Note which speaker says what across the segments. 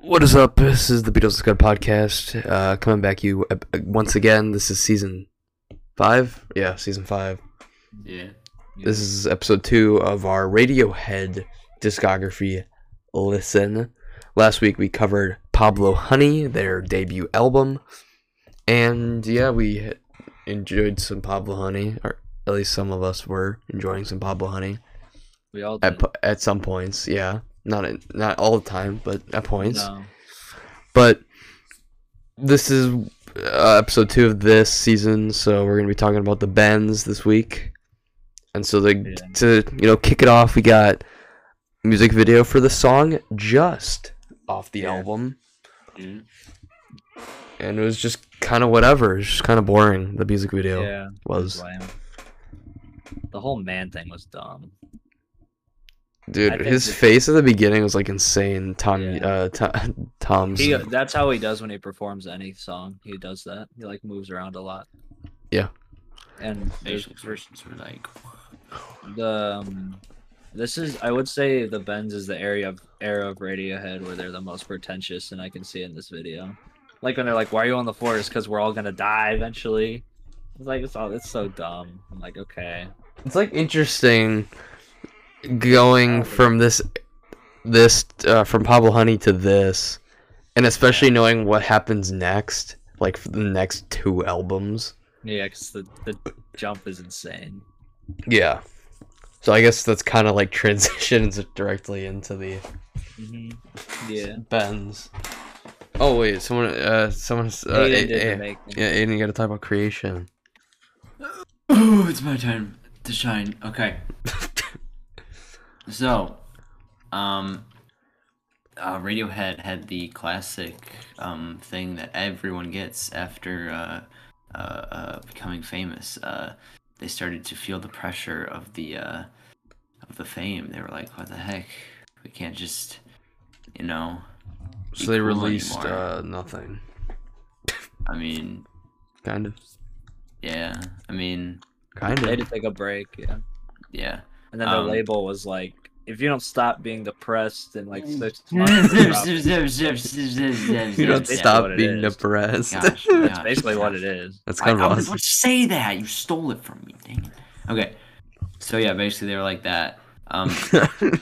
Speaker 1: What is up? This is the Beatles Squad podcast. Uh, coming back you uh, once again. This is season five. Yeah, season five.
Speaker 2: Yeah.
Speaker 1: This is episode two of our Radiohead discography listen. Last week we covered Pablo Honey, their debut album, and yeah, we enjoyed some Pablo Honey, or at least some of us were enjoying some Pablo Honey
Speaker 2: We all
Speaker 1: at
Speaker 2: did.
Speaker 1: po- at some points. Yeah, not in, not all the time, but at points.
Speaker 2: No.
Speaker 1: But this is uh, episode two of this season, so we're gonna be talking about the bends this week. And so the
Speaker 2: Yeah.
Speaker 1: to you know kick it off, we got music video for the song "Just" off the
Speaker 2: Yeah.
Speaker 1: album,
Speaker 2: Mhm.
Speaker 1: and it was just kind of whatever. It was just kind of boring. The music video
Speaker 2: Yeah.
Speaker 1: was,
Speaker 2: lame. The whole man thing was dumb. I
Speaker 1: dude.
Speaker 2: think
Speaker 1: His
Speaker 2: the-
Speaker 1: face at the beginning was like insane. Tom,
Speaker 2: Yeah.
Speaker 1: uh, Tom, Tom's,
Speaker 2: He, uh, that's how he does when he performs any song. He does that. He like moves around a lot.
Speaker 1: Yeah.
Speaker 2: And there's
Speaker 3: facial expressions were like
Speaker 2: the um, this is I would say the Benz is the area of era of Radiohead where they're the most pretentious, and I can see in this video. Like when they're like, "Why are you on the floor? It's because we're all gonna die eventually." It's like it's all it's so dumb. I'm like, okay,
Speaker 1: it's like interesting going from this this uh, from Pablo Honey to this and especially knowing what happens next like for the next two albums
Speaker 2: yeah, because the the jump is insane.
Speaker 1: yeah so I guess that's kind of like transitions directly into the
Speaker 2: Mm-hmm. Yeah.
Speaker 1: bends oh wait someone uh someone uh,
Speaker 2: Aiden
Speaker 1: A-
Speaker 2: didn't
Speaker 1: A-
Speaker 2: make them.
Speaker 1: yeah Aiden you gotta talk about creation
Speaker 3: Oh, it's my turn to shine. Okay. so, um uh, Radiohead had the classic um thing that everyone gets after uh uh, uh becoming famous. Uh they started to feel the pressure of the uh of the fame. They were like, "What the heck? We can't just, you know,
Speaker 1: so they
Speaker 3: Cool
Speaker 1: released
Speaker 3: anymore.
Speaker 1: uh nothing
Speaker 3: I mean,
Speaker 1: kind of
Speaker 3: yeah. I mean,
Speaker 1: kind
Speaker 2: They
Speaker 1: of
Speaker 2: had to take a break, yeah.
Speaker 3: yeah."
Speaker 2: And then their
Speaker 3: Um,
Speaker 2: label was like, if you don't stop being depressed in like six months, you're up."
Speaker 1: you
Speaker 3: you
Speaker 1: don't
Speaker 2: Yeah,
Speaker 1: stop
Speaker 2: what it
Speaker 1: being
Speaker 2: is.
Speaker 1: depressed
Speaker 3: Gosh,
Speaker 2: that's basically what it is.
Speaker 1: that's
Speaker 3: I,
Speaker 1: kind
Speaker 3: I
Speaker 1: of
Speaker 3: was
Speaker 1: awesome
Speaker 3: about to say that you stole it from me. Dang it. Okay, so yeah, basically they were like that. Um,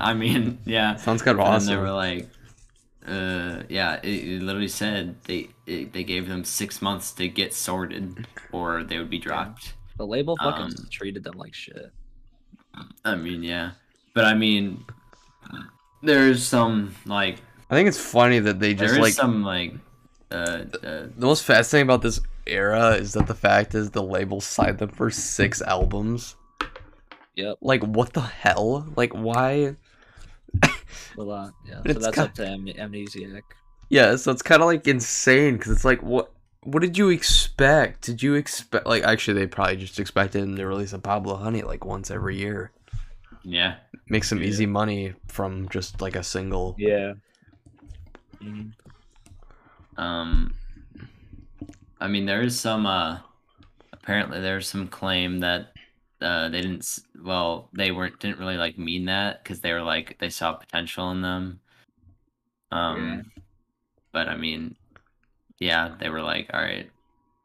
Speaker 3: I mean, yeah.
Speaker 1: Sounds kind of
Speaker 3: And then
Speaker 1: awesome.
Speaker 3: they were like, uh, yeah. It, it literally said they it, they gave them six months to get sorted, or they would be dropped.
Speaker 2: The label fucking
Speaker 3: Um,
Speaker 2: treated them like shit.
Speaker 3: I mean, yeah. But I mean, there's some like
Speaker 1: I think it's funny that they
Speaker 3: there
Speaker 1: just
Speaker 3: is
Speaker 1: like
Speaker 3: some like uh, uh
Speaker 1: the most fascinating about this era is that the fact is the label signed them for six albums.
Speaker 2: Yep.
Speaker 1: Like what the hell? Like why?
Speaker 2: Well, uh, yeah. So
Speaker 1: It's
Speaker 2: that's
Speaker 1: got-
Speaker 2: up to Am- Amnesiac.
Speaker 1: Yeah, so it's kind of like insane because it's like what what did you expect? Did you expect like actually they probably just expected him to release a Pablo Honey like once every year,
Speaker 3: yeah.
Speaker 1: make some
Speaker 2: Yeah.
Speaker 1: easy money from just like a single.
Speaker 2: Yeah. Mm-hmm.
Speaker 3: Um, I mean, there is some. Uh, apparently, there's some claim that uh, they didn't. s- Well, they weren't didn't really like mean that because they were like they saw potential in them. Um,
Speaker 2: Yeah.
Speaker 3: but I mean, yeah, they were like, all right,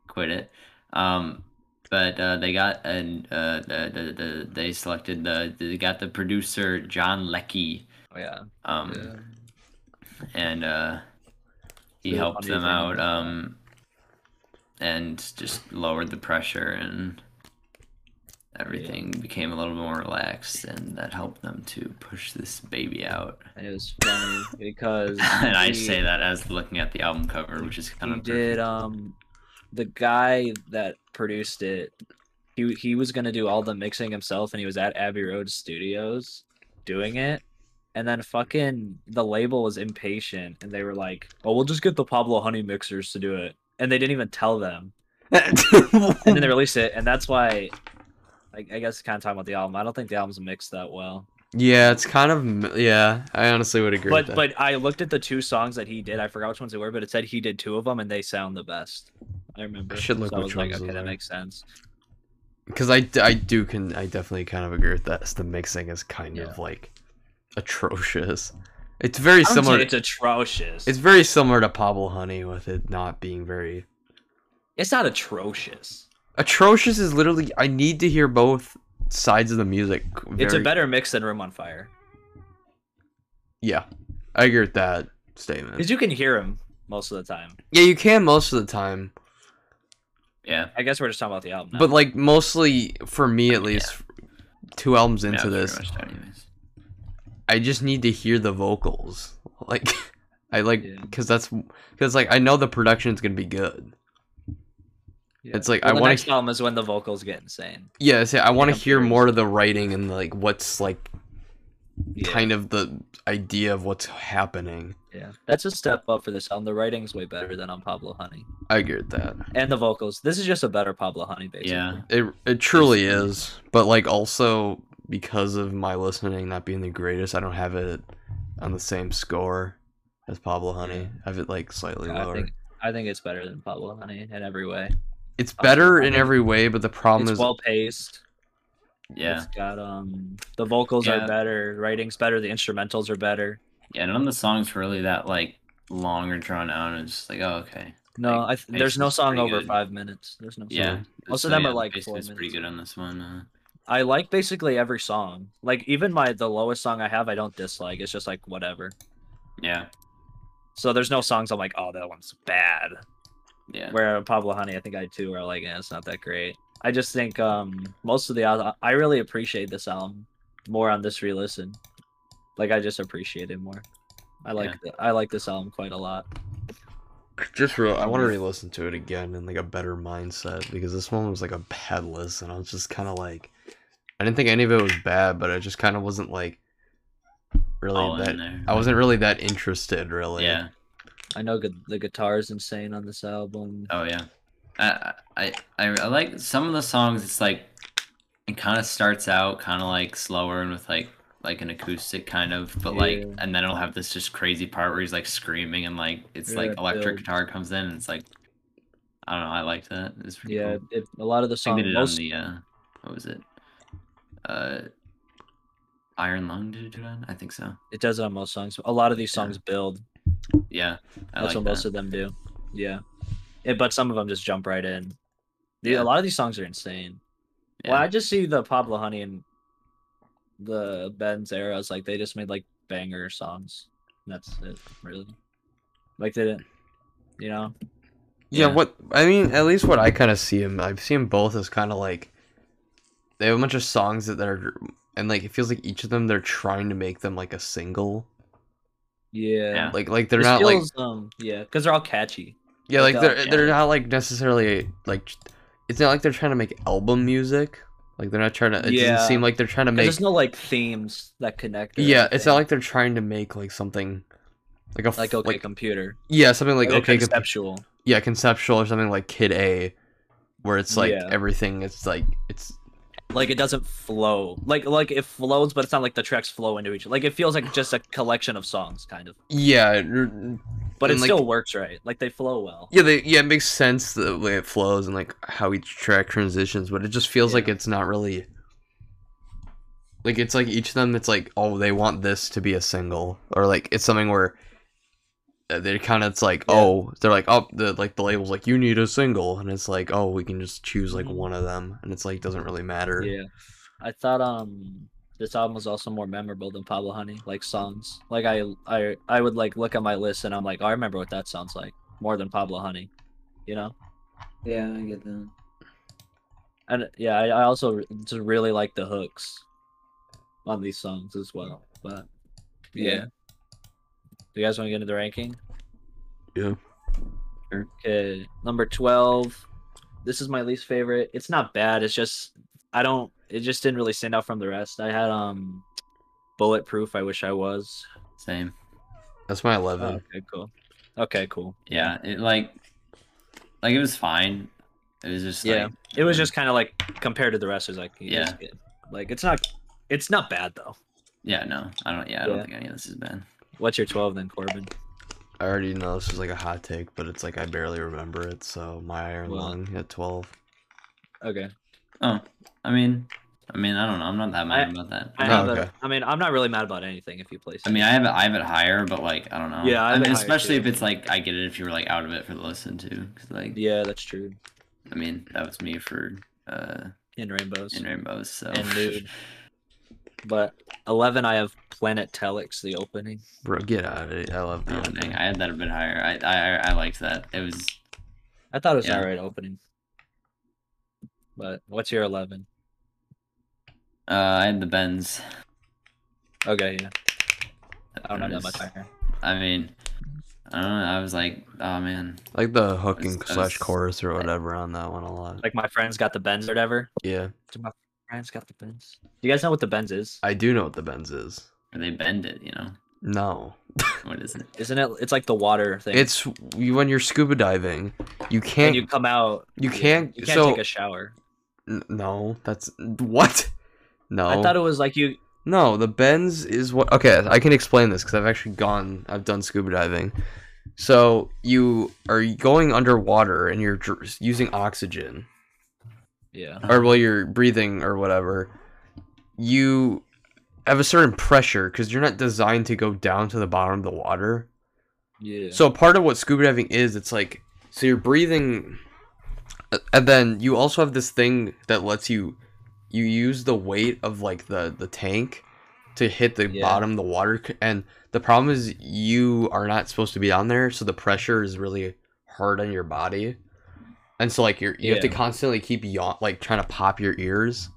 Speaker 3: quit it. Um, but uh, they got and uh, the, the, the they selected the they got the producer John Leckie.
Speaker 2: Oh, yeah.
Speaker 3: Um,
Speaker 2: yeah.
Speaker 3: and uh, he
Speaker 2: Really
Speaker 3: helped
Speaker 2: funny
Speaker 3: them
Speaker 2: thing.
Speaker 3: out um, and just lowered the pressure and everything became a little more relaxed and that helped them to push this baby out
Speaker 2: It was funny because.
Speaker 3: and i
Speaker 2: he-
Speaker 3: say that as looking at the album cover which is kind
Speaker 2: he
Speaker 3: of
Speaker 2: did um the guy that produced it he he was going to do all the mixing himself and he was at abbey road studios doing it and then fucking the label was impatient and they were like oh we'll just get the pablo honey mixers to do it and they didn't even tell them and then they released it and that's why I, I guess kind of talking about the album i don't think the album's mixed that well
Speaker 1: yeah, it's kind of yeah. I honestly would agree. with
Speaker 2: but
Speaker 1: that.
Speaker 2: but i looked at the two songs that he did i forgot which ones they were but it said he did two of them and they sound the best i remember
Speaker 1: should look
Speaker 2: so i
Speaker 1: which
Speaker 2: was like
Speaker 1: ones
Speaker 2: okay
Speaker 1: those
Speaker 2: that
Speaker 1: are.
Speaker 2: makes sense
Speaker 1: because I, d- I do can I definitely kind of agree with that. The mixing is kind
Speaker 2: Yeah.
Speaker 1: of like atrocious. It's very
Speaker 2: I would say
Speaker 1: similar.
Speaker 2: it's atrocious.
Speaker 1: It's very similar to Pablo Honey with it not being very
Speaker 2: it's not atrocious.
Speaker 1: atrocious. Is literally I need to hear both sides of the music.
Speaker 2: It's a
Speaker 1: very-
Speaker 2: better mix than Room on Fire
Speaker 1: Yeah, I agree with that statement.
Speaker 2: because you can hear him most of the time.
Speaker 1: yeah, you can most of the time,
Speaker 3: Yeah.
Speaker 2: I guess we're just talking about the album. Now.
Speaker 1: but like mostly for me at least, two albums
Speaker 3: yeah,
Speaker 1: into
Speaker 3: pretty
Speaker 1: this,
Speaker 3: much that anyways.
Speaker 1: I just need to hear the vocals. Like I like
Speaker 2: Yeah.
Speaker 1: because that's because like I know the production's gonna be good.
Speaker 2: Yeah.
Speaker 1: It's like
Speaker 2: Well,
Speaker 1: I
Speaker 2: the
Speaker 1: want
Speaker 2: next
Speaker 1: to.
Speaker 2: album is when the vocals get insane.
Speaker 1: Yeah, see, I want to
Speaker 2: Yeah,
Speaker 1: hear
Speaker 2: please.
Speaker 1: more of the writing and like what's like
Speaker 2: Yeah.
Speaker 1: kind of the idea of what's happening.
Speaker 2: Yeah, that's a step up for this album. The writing's way better than on Pablo Honey,
Speaker 1: I agree with that.
Speaker 2: and the vocals. This is just a better Pablo Honey, basically.
Speaker 3: Yeah.
Speaker 1: It it truly is, but like also because of my listening not being the greatest, I don't have it on the same score as Pablo Honey. I have it like slightly
Speaker 2: I
Speaker 1: lower.
Speaker 2: think I think it's better than Pablo Honey in every way.
Speaker 1: It's
Speaker 2: Pablo
Speaker 1: better in
Speaker 2: Honey-
Speaker 1: every way, but the problem
Speaker 2: It's
Speaker 1: is
Speaker 2: well paced.
Speaker 3: Yeah.
Speaker 2: It's got um the vocals
Speaker 3: Yeah.
Speaker 2: are better, writing's better, the instrumentals are better.
Speaker 3: Yeah, none of the songs were really that like long or drawn out. It's just like, oh, okay.
Speaker 2: No,
Speaker 3: Like,
Speaker 2: I th- there's no
Speaker 3: Pacing's
Speaker 2: song
Speaker 3: pretty
Speaker 2: over
Speaker 3: good.
Speaker 2: five minutes. There's no song.
Speaker 3: Yeah.
Speaker 2: Most of them are,
Speaker 3: the
Speaker 2: like,
Speaker 3: pace
Speaker 2: four
Speaker 3: was pretty
Speaker 2: minutes.
Speaker 3: good on this one. Uh,
Speaker 2: I like basically every song. Like even my the lowest song I have I don't dislike. It's just like whatever.
Speaker 3: yeah.
Speaker 2: So there's no songs I'm like, oh that one's bad.
Speaker 3: Yeah.
Speaker 2: Where Pablo Honey, I think I too are like, eh, it's not that great. I just think um most of the other I really appreciate this album more on this re-listen. Like I just appreciate it more. I like th- I like this album quite a lot.
Speaker 1: just real. I want to re-listen to it again in like a better mindset because this one was like a bad list, and I was just kind of like, I didn't think any of it was bad, but I just kind of wasn't like really
Speaker 3: all
Speaker 1: that.
Speaker 3: in there.
Speaker 1: I wasn't really that interested, really.
Speaker 3: Yeah.
Speaker 2: I know gu- the guitar is insane on this album.
Speaker 3: Oh yeah. I I I, I like some of the songs. It's like it kind of starts out kind of like slower and with like like an acoustic kind of, but like
Speaker 2: Yeah.
Speaker 3: and then it'll have this just crazy part where he's like screaming and like it's
Speaker 2: Yeah,
Speaker 3: like
Speaker 2: it
Speaker 3: electric
Speaker 2: builds.
Speaker 3: guitar comes in and it's like I don't know. I like that. It's pretty
Speaker 2: Yeah,
Speaker 3: cool.
Speaker 2: it, a lot of the
Speaker 3: I think they
Speaker 2: songs.
Speaker 3: did it
Speaker 2: Most,
Speaker 3: on the uh, what was it? Uh, Iron Lung did it do it on? I think so.
Speaker 2: It does it on most songs. A lot of these songs build.
Speaker 3: Yeah, I
Speaker 2: That's
Speaker 3: like
Speaker 2: what most
Speaker 3: that.
Speaker 2: of them do. Yeah. Yeah, but some of them just jump right in. The,
Speaker 3: Yeah.
Speaker 2: A lot of these songs are insane.
Speaker 3: Yeah.
Speaker 2: Well, I just see the Pablo Honey and the Ben's eras like they just made like banger songs. That's it, really. Like they didn't, you know.
Speaker 1: Yeah,
Speaker 3: Yeah.
Speaker 1: what I mean, at least what I kind of see them, I've seen both as kind of like they have a bunch of songs that they're and like it feels like each of them they're trying to make them like a single,
Speaker 2: Yeah.
Speaker 3: Yeah.
Speaker 1: like like they're
Speaker 2: This
Speaker 1: not like
Speaker 2: feels, um, yeah, because they're all catchy.
Speaker 1: yeah like
Speaker 2: like uh,
Speaker 1: they're
Speaker 2: the-
Speaker 1: they're not like necessarily like it's not like they're trying to make album music, like they're not trying to. It
Speaker 2: Yeah.
Speaker 1: doesn't seem like they're trying to
Speaker 2: 'Cause
Speaker 1: make
Speaker 2: There's no like themes that connect. or
Speaker 1: yeah. It's
Speaker 2: anything.
Speaker 1: not like they're trying to make like something like a f-
Speaker 2: like okay computer,
Speaker 1: yeah something like
Speaker 2: like,
Speaker 1: okay Comp-
Speaker 2: conceptual.
Speaker 1: yeah conceptual or something like Kid A, where it's like
Speaker 2: Yeah.
Speaker 1: everything it's like it's
Speaker 2: like it doesn't flow like like it flows but it's not like the tracks flow into each like it feels like just a collection of songs kind of
Speaker 1: yeah it-
Speaker 2: but it
Speaker 1: And, like-
Speaker 2: still works right like they flow well
Speaker 1: Yeah, they, yeah, it makes sense the way it flows and like how each track transitions, but it just feels like
Speaker 2: Yeah.
Speaker 1: it's not really like it's like each of them. It's like oh, they want this to be a single, or like it's something where uh, they kind of it's like
Speaker 2: Yeah.
Speaker 1: oh, they're like oh, the like the label's like you need a single, and it's like oh, we can just choose like
Speaker 2: Mhm.
Speaker 1: one of them, and it's like doesn't really matter.
Speaker 2: yeah i thought um this album was also more memorable than pablo honey like songs like i i i would like look at my list and i'm like oh, i remember what that sounds like more than pablo honey you know
Speaker 3: Yeah, I get that.
Speaker 2: and yeah i, I also re- just really like the hooks on these songs as well but
Speaker 3: Yeah.
Speaker 2: yeah. do you guys want to get into the ranking
Speaker 1: Yeah.
Speaker 2: Okay, number twelve. This is my least favorite. It's not bad. It's just I don't. It just didn't really stand out from the rest. I had um, bulletproof. I wish I was.
Speaker 3: Same.
Speaker 1: that's my
Speaker 2: Oh,
Speaker 3: Uh-huh.
Speaker 1: eleven.
Speaker 2: okay, cool. Okay, cool.
Speaker 3: Yeah, it like like it was fine. It was just
Speaker 2: Yeah.
Speaker 3: like
Speaker 2: It was just kind of like compared to the rest, it's like it's
Speaker 3: Yeah.
Speaker 2: good. Like it's not. It's not bad though.
Speaker 3: yeah, no, I don't. Yeah, I don't
Speaker 2: Yeah.
Speaker 3: think any of this is bad.
Speaker 2: What's your twelve then, Corbin?
Speaker 1: I already know this is like a hot take, but it's like I barely remember it, so my iron
Speaker 2: Well-
Speaker 1: lung at twelve.
Speaker 2: Okay.
Speaker 3: Oh, I mean, I mean, I don't know. I'm not that mad
Speaker 2: I-
Speaker 3: about that.
Speaker 2: I,
Speaker 1: Oh,
Speaker 2: know
Speaker 1: okay.
Speaker 2: that- I mean, I'm not really mad about anything if you place.
Speaker 3: I
Speaker 2: it.
Speaker 3: mean, I have it, I have it higher, but like, I don't know.
Speaker 2: Yeah, I have
Speaker 3: I mean,
Speaker 2: it higher,
Speaker 3: especially
Speaker 2: too.
Speaker 3: if it's like, I get it if you were like out of it for the listen to, 'cause, like,
Speaker 2: yeah, that's true.
Speaker 3: I mean, that was me for uh
Speaker 2: In rainbows
Speaker 3: in rainbows. So
Speaker 2: and nude. But eleven, I have Planet Telex, the opening.
Speaker 1: Bro, get out of it. I love
Speaker 3: Oh,
Speaker 1: that.
Speaker 3: dang, I had that a bit higher. I I I liked that. It was
Speaker 2: I thought it was
Speaker 3: Yeah.
Speaker 2: alright opening. But what's your eleven?
Speaker 3: uh I had the Benz.
Speaker 2: Okay, yeah, I don't know that
Speaker 3: That
Speaker 2: much
Speaker 3: was-
Speaker 2: higher.
Speaker 3: I mean, I don't know. I was like, oh man,
Speaker 1: Like the hook and
Speaker 3: That's-
Speaker 1: slash
Speaker 3: that's-
Speaker 1: chorus or whatever on that one a lot.
Speaker 2: Like my friends got the Benz or whatever.
Speaker 1: Yeah,
Speaker 2: Friends got the Benz. Do you guys know what the Benz is?
Speaker 1: I do know what the Benz is.
Speaker 3: they bend it. You know,
Speaker 1: No,
Speaker 3: what is it?
Speaker 2: Isn't it? It's like the water thing.
Speaker 1: it's you when you're scuba diving, you
Speaker 2: when
Speaker 1: can't.
Speaker 2: you
Speaker 1: You,
Speaker 2: come out. yeah,
Speaker 1: can't.
Speaker 2: You can't
Speaker 1: so
Speaker 2: take a shower.
Speaker 1: n- no, that's what. No,
Speaker 2: I thought it was like you.
Speaker 1: No, the bends is what. Okay, I can explain this because I've actually gone. I've done scuba diving. So you are going underwater and you're dr- using oxygen,
Speaker 2: Yeah.
Speaker 1: or well, you're breathing or whatever. You have a certain pressure because you're not designed to go down to the bottom of the water.
Speaker 2: Yeah.
Speaker 1: So part of what scuba diving is, it's like so you're breathing, uh, and then you also have this thing that lets you you use the weight of like the the tank to hit the
Speaker 2: Yeah.
Speaker 1: bottom of the water, c- and the problem is you are not supposed to be on there, so the pressure is really hard on your body, and so like you're you have to
Speaker 2: Yeah.
Speaker 1: constantly keep yawn like trying to pop your ears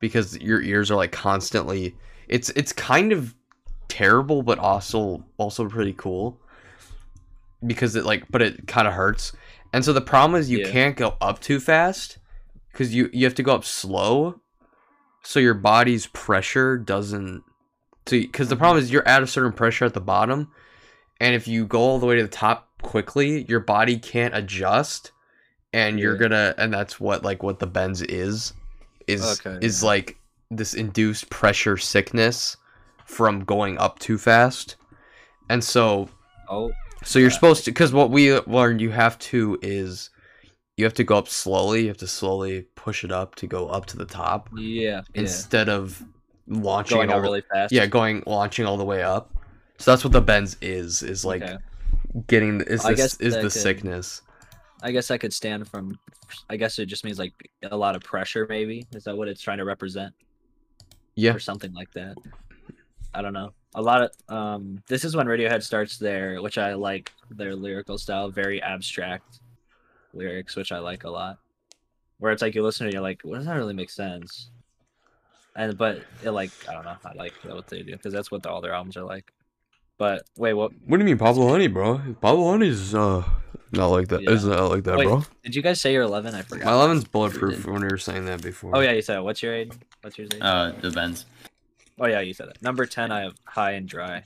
Speaker 1: because your ears are like constantly it's it's kind of terrible but also also pretty cool because it like but it kind of hurts and so the problem is you
Speaker 2: Yeah.
Speaker 1: can't go up too fast because you you have to go up slow so your body's pressure doesn't because
Speaker 2: Mm-hmm.
Speaker 1: the problem is you're at a certain pressure at the bottom and if you go all the way to the top quickly your body can't adjust and you're
Speaker 2: Yeah.
Speaker 1: gonna and that's what like what the bends is is
Speaker 2: Okay,
Speaker 1: is like this induced pressure sickness from going up too fast and so
Speaker 2: oh.
Speaker 1: so you're
Speaker 2: Yeah.
Speaker 1: supposed to, because what we learned you have to is you have to go up slowly. You have to slowly push it up to go up to the top
Speaker 2: Yeah. Yeah.
Speaker 1: instead of launching
Speaker 2: Going
Speaker 1: it all.
Speaker 2: out really fast.
Speaker 1: yeah, going launching all the way up. So that's what the bends is is like
Speaker 2: Okay.
Speaker 1: getting is
Speaker 2: I
Speaker 1: this
Speaker 2: guess
Speaker 1: is
Speaker 2: that
Speaker 1: the
Speaker 2: could-
Speaker 1: sickness.
Speaker 2: I guess I could stand from. I guess it just means like a lot of pressure. Maybe is that what it's trying to represent?
Speaker 1: Yeah.
Speaker 2: Or something like that. I don't know. A lot of um. This is when Radiohead starts their, which I like their lyrical style, very abstract lyrics, which I like a lot. Where it's like you listen to, it, you're like, what does that really make sense? And but it like I don't know. I like what they do because that's what all their albums are like. But wait, what
Speaker 1: What do you mean, Pablo Honey, bro? Pablo Honey's uh not like that.
Speaker 2: Yeah. it's
Speaker 1: not like that,
Speaker 2: Wait, did you guys say you're 11? I forgot.
Speaker 1: My eleven's bulletproof when we were saying that before.
Speaker 2: Oh yeah, you said it. What's your age? What's your age?
Speaker 3: Uh, the Benz,
Speaker 2: Oh yeah, you said it. Number ten, I have high and dry.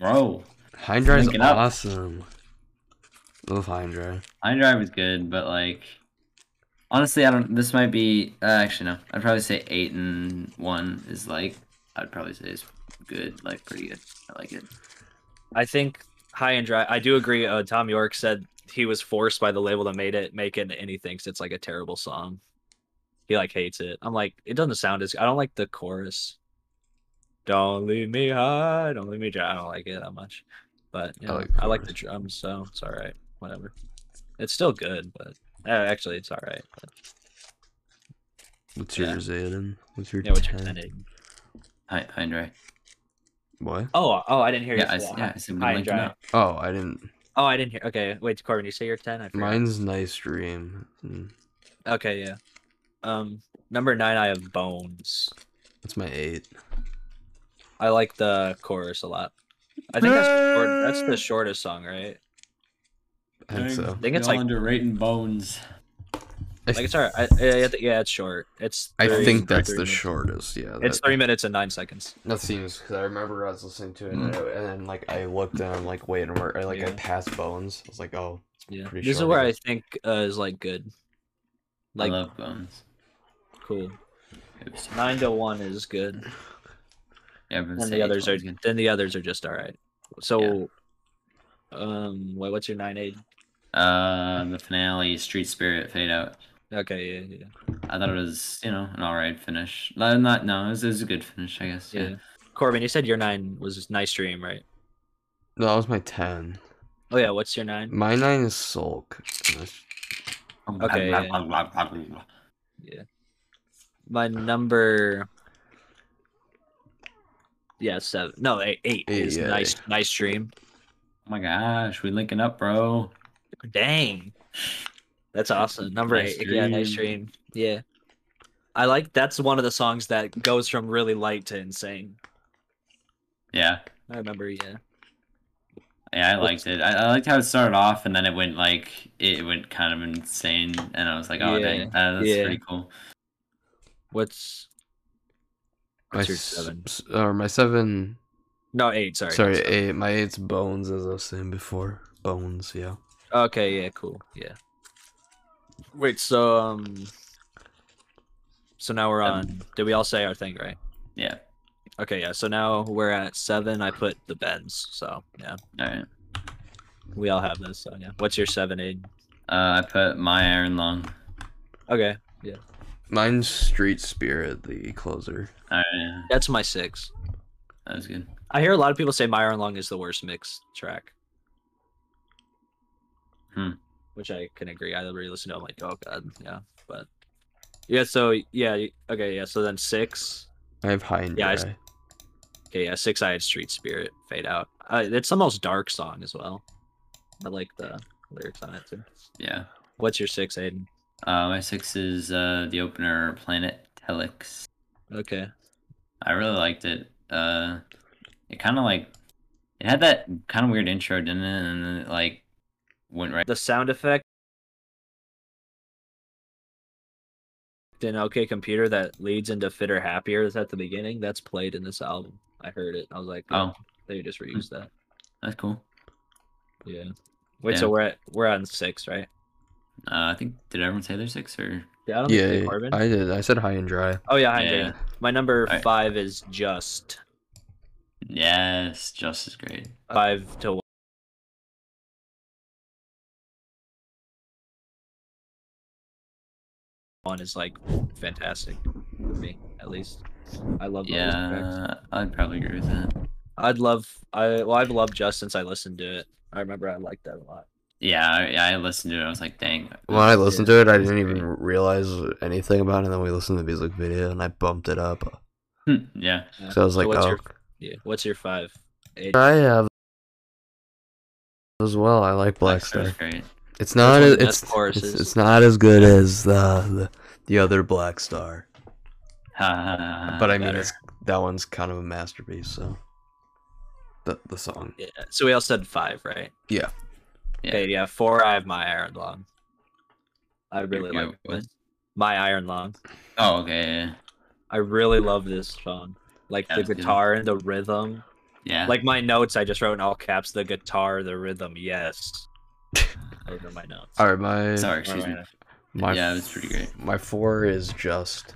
Speaker 3: bro.
Speaker 1: Hydra
Speaker 3: Link it up.
Speaker 1: awesome. Love Hydra.
Speaker 3: I drive was good, but like, honestly, I don't. This might be uh, actually no. I'd probably say eight and one is like. I'd probably say is good, like pretty good. I like it.
Speaker 2: I think high and dry. I do agree. Uh, Tom York said he was forced by the label that made it make it, and he thinks it's like a terrible song. He like hates it. I'm like, it doesn't sound as. I don't like the chorus. Don't leave me high. Don't leave me dry. I don't like it that much. But you
Speaker 1: I
Speaker 2: know, I,
Speaker 1: like
Speaker 2: like,
Speaker 1: the
Speaker 2: the
Speaker 1: chorus.
Speaker 2: drums, so it's all right. Whatever. It's still good, but uh, actually, it's all right. But,
Speaker 1: What's
Speaker 2: Yeah.
Speaker 1: yours, Aiden? What's your
Speaker 2: yeah, what's your
Speaker 1: 10?
Speaker 2: 10 Aiden?
Speaker 3: Hi, hi, Andre.
Speaker 1: What?
Speaker 2: Oh, oh, I didn't hear you.
Speaker 3: Yeah, I,
Speaker 2: say
Speaker 3: s-
Speaker 2: that.
Speaker 3: yeah, I said we
Speaker 2: High and
Speaker 3: linked it
Speaker 2: dry.
Speaker 3: up.
Speaker 1: Oh, I didn't.
Speaker 2: Oh, I didn't hear. Okay, wait, Corbin, you say you're ten. I forgot.
Speaker 1: Mine's nice dream. Mm,
Speaker 2: Okay, yeah. Um, number nine, I have bones.
Speaker 1: That's my eight.
Speaker 2: I like the chorus a lot. I think that's the, short, that's the shortest song, right?
Speaker 1: I think so.
Speaker 2: I think it's like,
Speaker 3: underrating bones.
Speaker 1: I,
Speaker 2: like it's alright. I, I- I thi- yeah, it's short. It's.
Speaker 1: I
Speaker 2: three-
Speaker 1: think that's
Speaker 2: three
Speaker 1: the
Speaker 2: minutes.
Speaker 1: shortest. Yeah.
Speaker 2: It's
Speaker 1: that,
Speaker 2: three minutes and nine seconds.
Speaker 1: that seems because I remember I was listening to it and, I- and then like I looked and I'm like, wait, and where? I like I
Speaker 2: Mm. Yeah.
Speaker 1: passed Bones. I was like, oh,
Speaker 2: Yeah,
Speaker 1: Pretty
Speaker 2: this is
Speaker 1: short,
Speaker 2: where
Speaker 1: yeah.
Speaker 2: I think uh, is like good. Like
Speaker 3: I love bones.
Speaker 2: cool.
Speaker 3: Oops.
Speaker 2: Nine to one is good.
Speaker 3: Yeah, but
Speaker 2: Then
Speaker 3: say
Speaker 2: the others are
Speaker 3: H1's good.
Speaker 2: then the others are just all right. So, um, wait, what's your nine eight?
Speaker 3: Uh, the finale, Street Spirit, Fade Out.
Speaker 2: Okay, yeah, yeah,
Speaker 3: I thought it was, you know, an alright finish. No, Not no, it was, it was a good finish, I guess.
Speaker 2: yeah.
Speaker 3: Yeah.
Speaker 2: Corbin, you said your nine was just nice dream, right?
Speaker 1: No, that was my ten.
Speaker 2: Oh yeah, what's your nine?
Speaker 1: My nine is Sulk. That's-
Speaker 2: Okay, yeah.
Speaker 3: Oh
Speaker 2: My number. Yeah, seven. No, eight. Eight
Speaker 1: Eight,
Speaker 2: is
Speaker 1: yeah,
Speaker 2: nice. Nice dream.
Speaker 3: Oh my gosh, we linking up, bro.
Speaker 2: Dang. That's awesome. Number
Speaker 3: Nice
Speaker 2: eight. Yeah, nice
Speaker 3: dream.
Speaker 2: dream. Yeah. I like that's one of the songs that goes from really light to insane.
Speaker 3: Yeah.
Speaker 2: I remember, yeah.
Speaker 3: Yeah, I liked it. I, I liked how it started off, and then it went like it went kind of insane, and I was like, "Oh,
Speaker 2: Yeah,
Speaker 3: dang, uh, that's
Speaker 2: yeah.
Speaker 3: pretty cool."
Speaker 2: What's
Speaker 1: My
Speaker 2: what's your
Speaker 1: s-
Speaker 2: seven?
Speaker 1: s- or my seven.
Speaker 2: No, eight, sorry.
Speaker 1: Sorry,
Speaker 2: Seven.
Speaker 1: eight. My eight's Bones, as I was saying before. Bones, yeah.
Speaker 2: Okay, yeah, cool. Yeah. Wait, so um so now we're on
Speaker 3: Um,
Speaker 2: did we all say our thing, right?
Speaker 3: Yeah.
Speaker 2: Okay, yeah. So now we're at seven. I put the bends. So yeah.
Speaker 3: All right.
Speaker 2: We all have this. So yeah. What's your seven eight?
Speaker 3: Uh, I put my Iron Lung.
Speaker 2: Okay.
Speaker 1: Mine's Street Spirit, the closer.
Speaker 3: All right, yeah,
Speaker 2: That's my six.
Speaker 3: that was good.
Speaker 2: I hear a lot of people say Myron Long is the worst mix track.
Speaker 3: Hmm.
Speaker 2: Which I can agree. I already listened to. it, I'm like, oh god, yeah. But yeah, so yeah, y- okay, yeah. So then six,
Speaker 1: I have High and
Speaker 2: Yeah, I s-
Speaker 1: Dry.
Speaker 2: okay, yeah, six. I had Street Spirit fade out. Uh, it's the most dark song as well. I like the lyrics on it too.
Speaker 3: Yeah.
Speaker 2: What's your six, Aiden?
Speaker 3: Uh, my six is uh the opener Planet Telex.
Speaker 2: Okay,
Speaker 3: I really liked it. Uh, it kind of like it had that kind of weird intro, didn't it? And then it like went right.
Speaker 2: the sound effect. Then okay, computer that leads into fitter happier is at the beginning. That's played in this album. I heard it. I was like,
Speaker 3: Oh,
Speaker 2: They just reused that.
Speaker 3: that's cool.
Speaker 2: Yeah. Wait,
Speaker 3: Yeah.
Speaker 2: so we're at we're on six, right?
Speaker 3: Uh, I think did everyone say their six or?
Speaker 2: Yeah, I don't
Speaker 1: Yeah,
Speaker 2: think they
Speaker 1: yeah,
Speaker 2: carbon.
Speaker 1: I did. I said High and Dry.
Speaker 2: oh yeah, I
Speaker 3: Yeah.
Speaker 2: do. My number
Speaker 3: Alright.
Speaker 2: five is just
Speaker 3: Yes, just as great.
Speaker 2: five to one. One is like fantastic for me, at least. I love. all those tracks.
Speaker 3: Yeah, I'd probably agree with that.
Speaker 2: I'd love. I well, I've loved just since I listened to it. I remember I liked that a lot.
Speaker 3: Yeah, I, I listened to it. I was like, dang.
Speaker 1: When I
Speaker 3: this-
Speaker 1: listened to it, I didn't even realize anything about it. And then we listened to the music video, and I bumped it up.
Speaker 3: Hmm, yeah,
Speaker 2: Yeah.
Speaker 1: So I was
Speaker 2: Uh, So
Speaker 1: like,
Speaker 2: what's
Speaker 1: oh,
Speaker 2: your- Yeah. What's your five? Eight.
Speaker 1: I have as well. I like Black
Speaker 3: Blackstar was
Speaker 1: Star.
Speaker 3: great.
Speaker 1: It's not.
Speaker 2: one
Speaker 1: a-
Speaker 2: of the
Speaker 1: It's,
Speaker 2: best choruses.
Speaker 1: it's it's not as good as the the, the other Black Star.
Speaker 3: Ha, ha, ha, ha.
Speaker 1: But I mean,
Speaker 2: better.
Speaker 1: it's, that one's kind of a masterpiece. So the the song.
Speaker 2: Yeah. So we all said five, right?
Speaker 1: Yeah.
Speaker 3: Yeah.
Speaker 2: Okay, yeah, four. I have my iron long. I really
Speaker 3: you go
Speaker 2: like
Speaker 3: with-
Speaker 2: this. my iron long.
Speaker 3: oh okay, yeah,
Speaker 2: I really love this song. Like
Speaker 3: Yeah,
Speaker 2: the
Speaker 3: it's good.
Speaker 2: guitar and the rhythm.
Speaker 3: yeah.
Speaker 2: Like my notes, I just wrote in all caps: the guitar, the rhythm. Yes. I wrote in my notes.
Speaker 1: All right, my
Speaker 3: sorry,
Speaker 2: Or
Speaker 3: excuse
Speaker 2: my
Speaker 3: me.
Speaker 2: notes.
Speaker 1: my
Speaker 3: yeah, it was pretty great.
Speaker 1: My four is just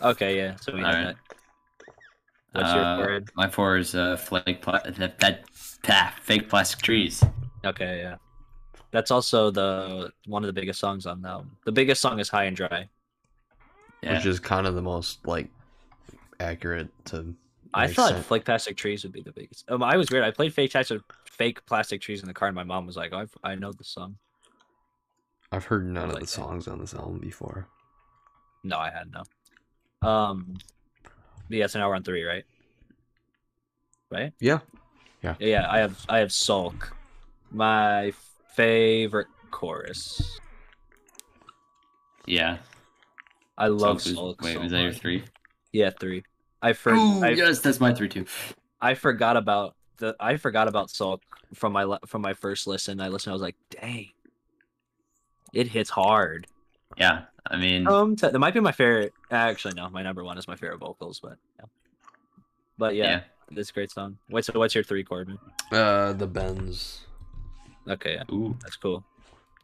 Speaker 2: Okay, yeah. So we have that.
Speaker 3: Alright.
Speaker 2: What's your
Speaker 3: Uh,
Speaker 2: word?
Speaker 3: My four is uh, flake pla- that, that, that fake plastic trees.
Speaker 2: Okay, yeah. That's also the one of the biggest songs on the album. The biggest song is High and Dry.
Speaker 3: Yeah,
Speaker 1: which is kind of the most like accurate to.
Speaker 2: I
Speaker 1: Makes
Speaker 2: thought
Speaker 1: sense.
Speaker 2: Flake Plastic Trees would be the biggest. Um, I was weird. I played Fake Plastic, fake plastic Trees in the car, and my mom was like, oh, I've, I know this song.
Speaker 1: I've heard none of
Speaker 2: like
Speaker 1: the
Speaker 2: that.
Speaker 1: songs on this album before.
Speaker 2: No, I had no. Um, but yeah, so now we're on three, right? Right?
Speaker 1: Yeah.
Speaker 2: Yeah, yeah, I have I have Sulk, my favorite chorus.
Speaker 3: yeah.
Speaker 2: I love
Speaker 3: So it was-
Speaker 2: Sulk.
Speaker 3: Wait,
Speaker 2: so
Speaker 3: was that your
Speaker 2: much.
Speaker 3: three?
Speaker 2: Yeah, three. I for,
Speaker 3: Ooh,
Speaker 2: I,
Speaker 3: yes, that's my three too.
Speaker 2: I forgot about the I forgot about Sulk from my le- from my first listen. I listened, I was like, dang, it hits hard.
Speaker 3: Yeah, I mean,
Speaker 2: Um, t- that might be my favorite. Actually, no, my number one is my favorite vocals, but yeah. But yeah,
Speaker 3: yeah.
Speaker 2: this great song. Wait, so what's your three, Corbin?
Speaker 1: Uh, the Bends.
Speaker 2: Okay, yeah,
Speaker 3: Ooh,
Speaker 2: that's cool.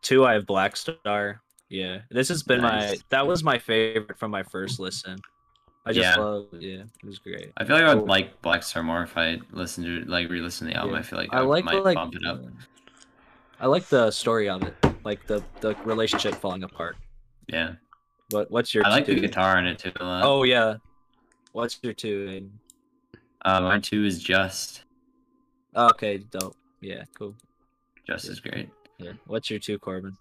Speaker 2: Two, I have Black Star. Yeah, this has been my
Speaker 3: Nice.
Speaker 2: that was my favorite from my first listen. I just
Speaker 3: Yeah.
Speaker 2: love yeah, it was great.
Speaker 3: I feel like I'd
Speaker 2: Cool.
Speaker 3: like Black Star more if I listened to it, like re-listened to the album.
Speaker 2: Yeah.
Speaker 3: I feel like
Speaker 2: I
Speaker 3: I,
Speaker 2: like
Speaker 3: might
Speaker 2: like
Speaker 3: bump it up.
Speaker 2: I like the story of it, like the the relationship falling apart.
Speaker 3: Yeah,
Speaker 2: What what's your
Speaker 3: I like
Speaker 2: two?
Speaker 3: the guitar in it too a lot.
Speaker 2: Oh yeah. What's your two? Aiden?
Speaker 3: uh, my two is just.
Speaker 2: Oh, okay, dope. Yeah, cool.
Speaker 3: Just is great.
Speaker 2: Yeah. What's your two, Corbin?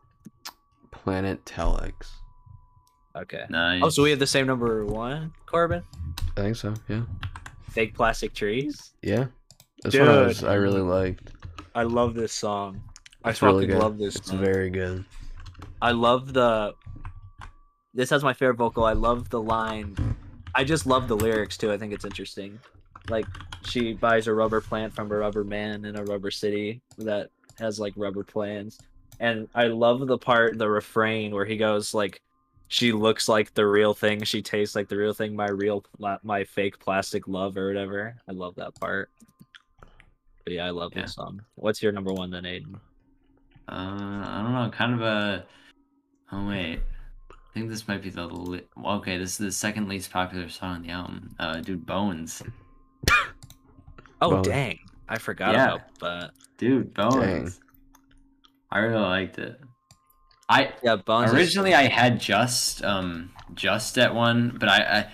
Speaker 1: Planet Telex.
Speaker 2: Okay.
Speaker 3: Nice.
Speaker 2: Oh, so we have the same number one, Corbin?
Speaker 1: I think so. Yeah.
Speaker 2: Fake plastic trees?
Speaker 1: Yeah. That's one I,
Speaker 2: Dude.
Speaker 1: was, I really liked.
Speaker 2: I love this song. I
Speaker 1: It's
Speaker 2: fucking
Speaker 1: really good.
Speaker 2: love this
Speaker 1: It's
Speaker 2: song.
Speaker 1: very good.
Speaker 2: I love the this has my favorite vocal. I love the line. I just love the lyrics too. I think it's interesting. Like she buys a rubber plant from a rubber man in a rubber city that has like rubber plants. And I love the part, the refrain where he goes like, "She looks like the real thing. She tastes like the real thing. My real, pla- my fake plastic love or whatever." I love that part. But yeah, I love
Speaker 3: Yeah.
Speaker 2: this song. What's your number one then, Aiden?
Speaker 3: Uh, I don't know. Kind of a. Oh wait, I think this might be the. Li- well, okay, this is the second least popular song on the album. Uh, dude, Bones.
Speaker 2: Oh
Speaker 1: Well-
Speaker 2: dang, I forgot
Speaker 3: Yeah.
Speaker 2: about that.
Speaker 3: Dude, Bones. I really liked it. I
Speaker 2: Yeah, Bones. is-
Speaker 3: originally I had just um just at one, but I I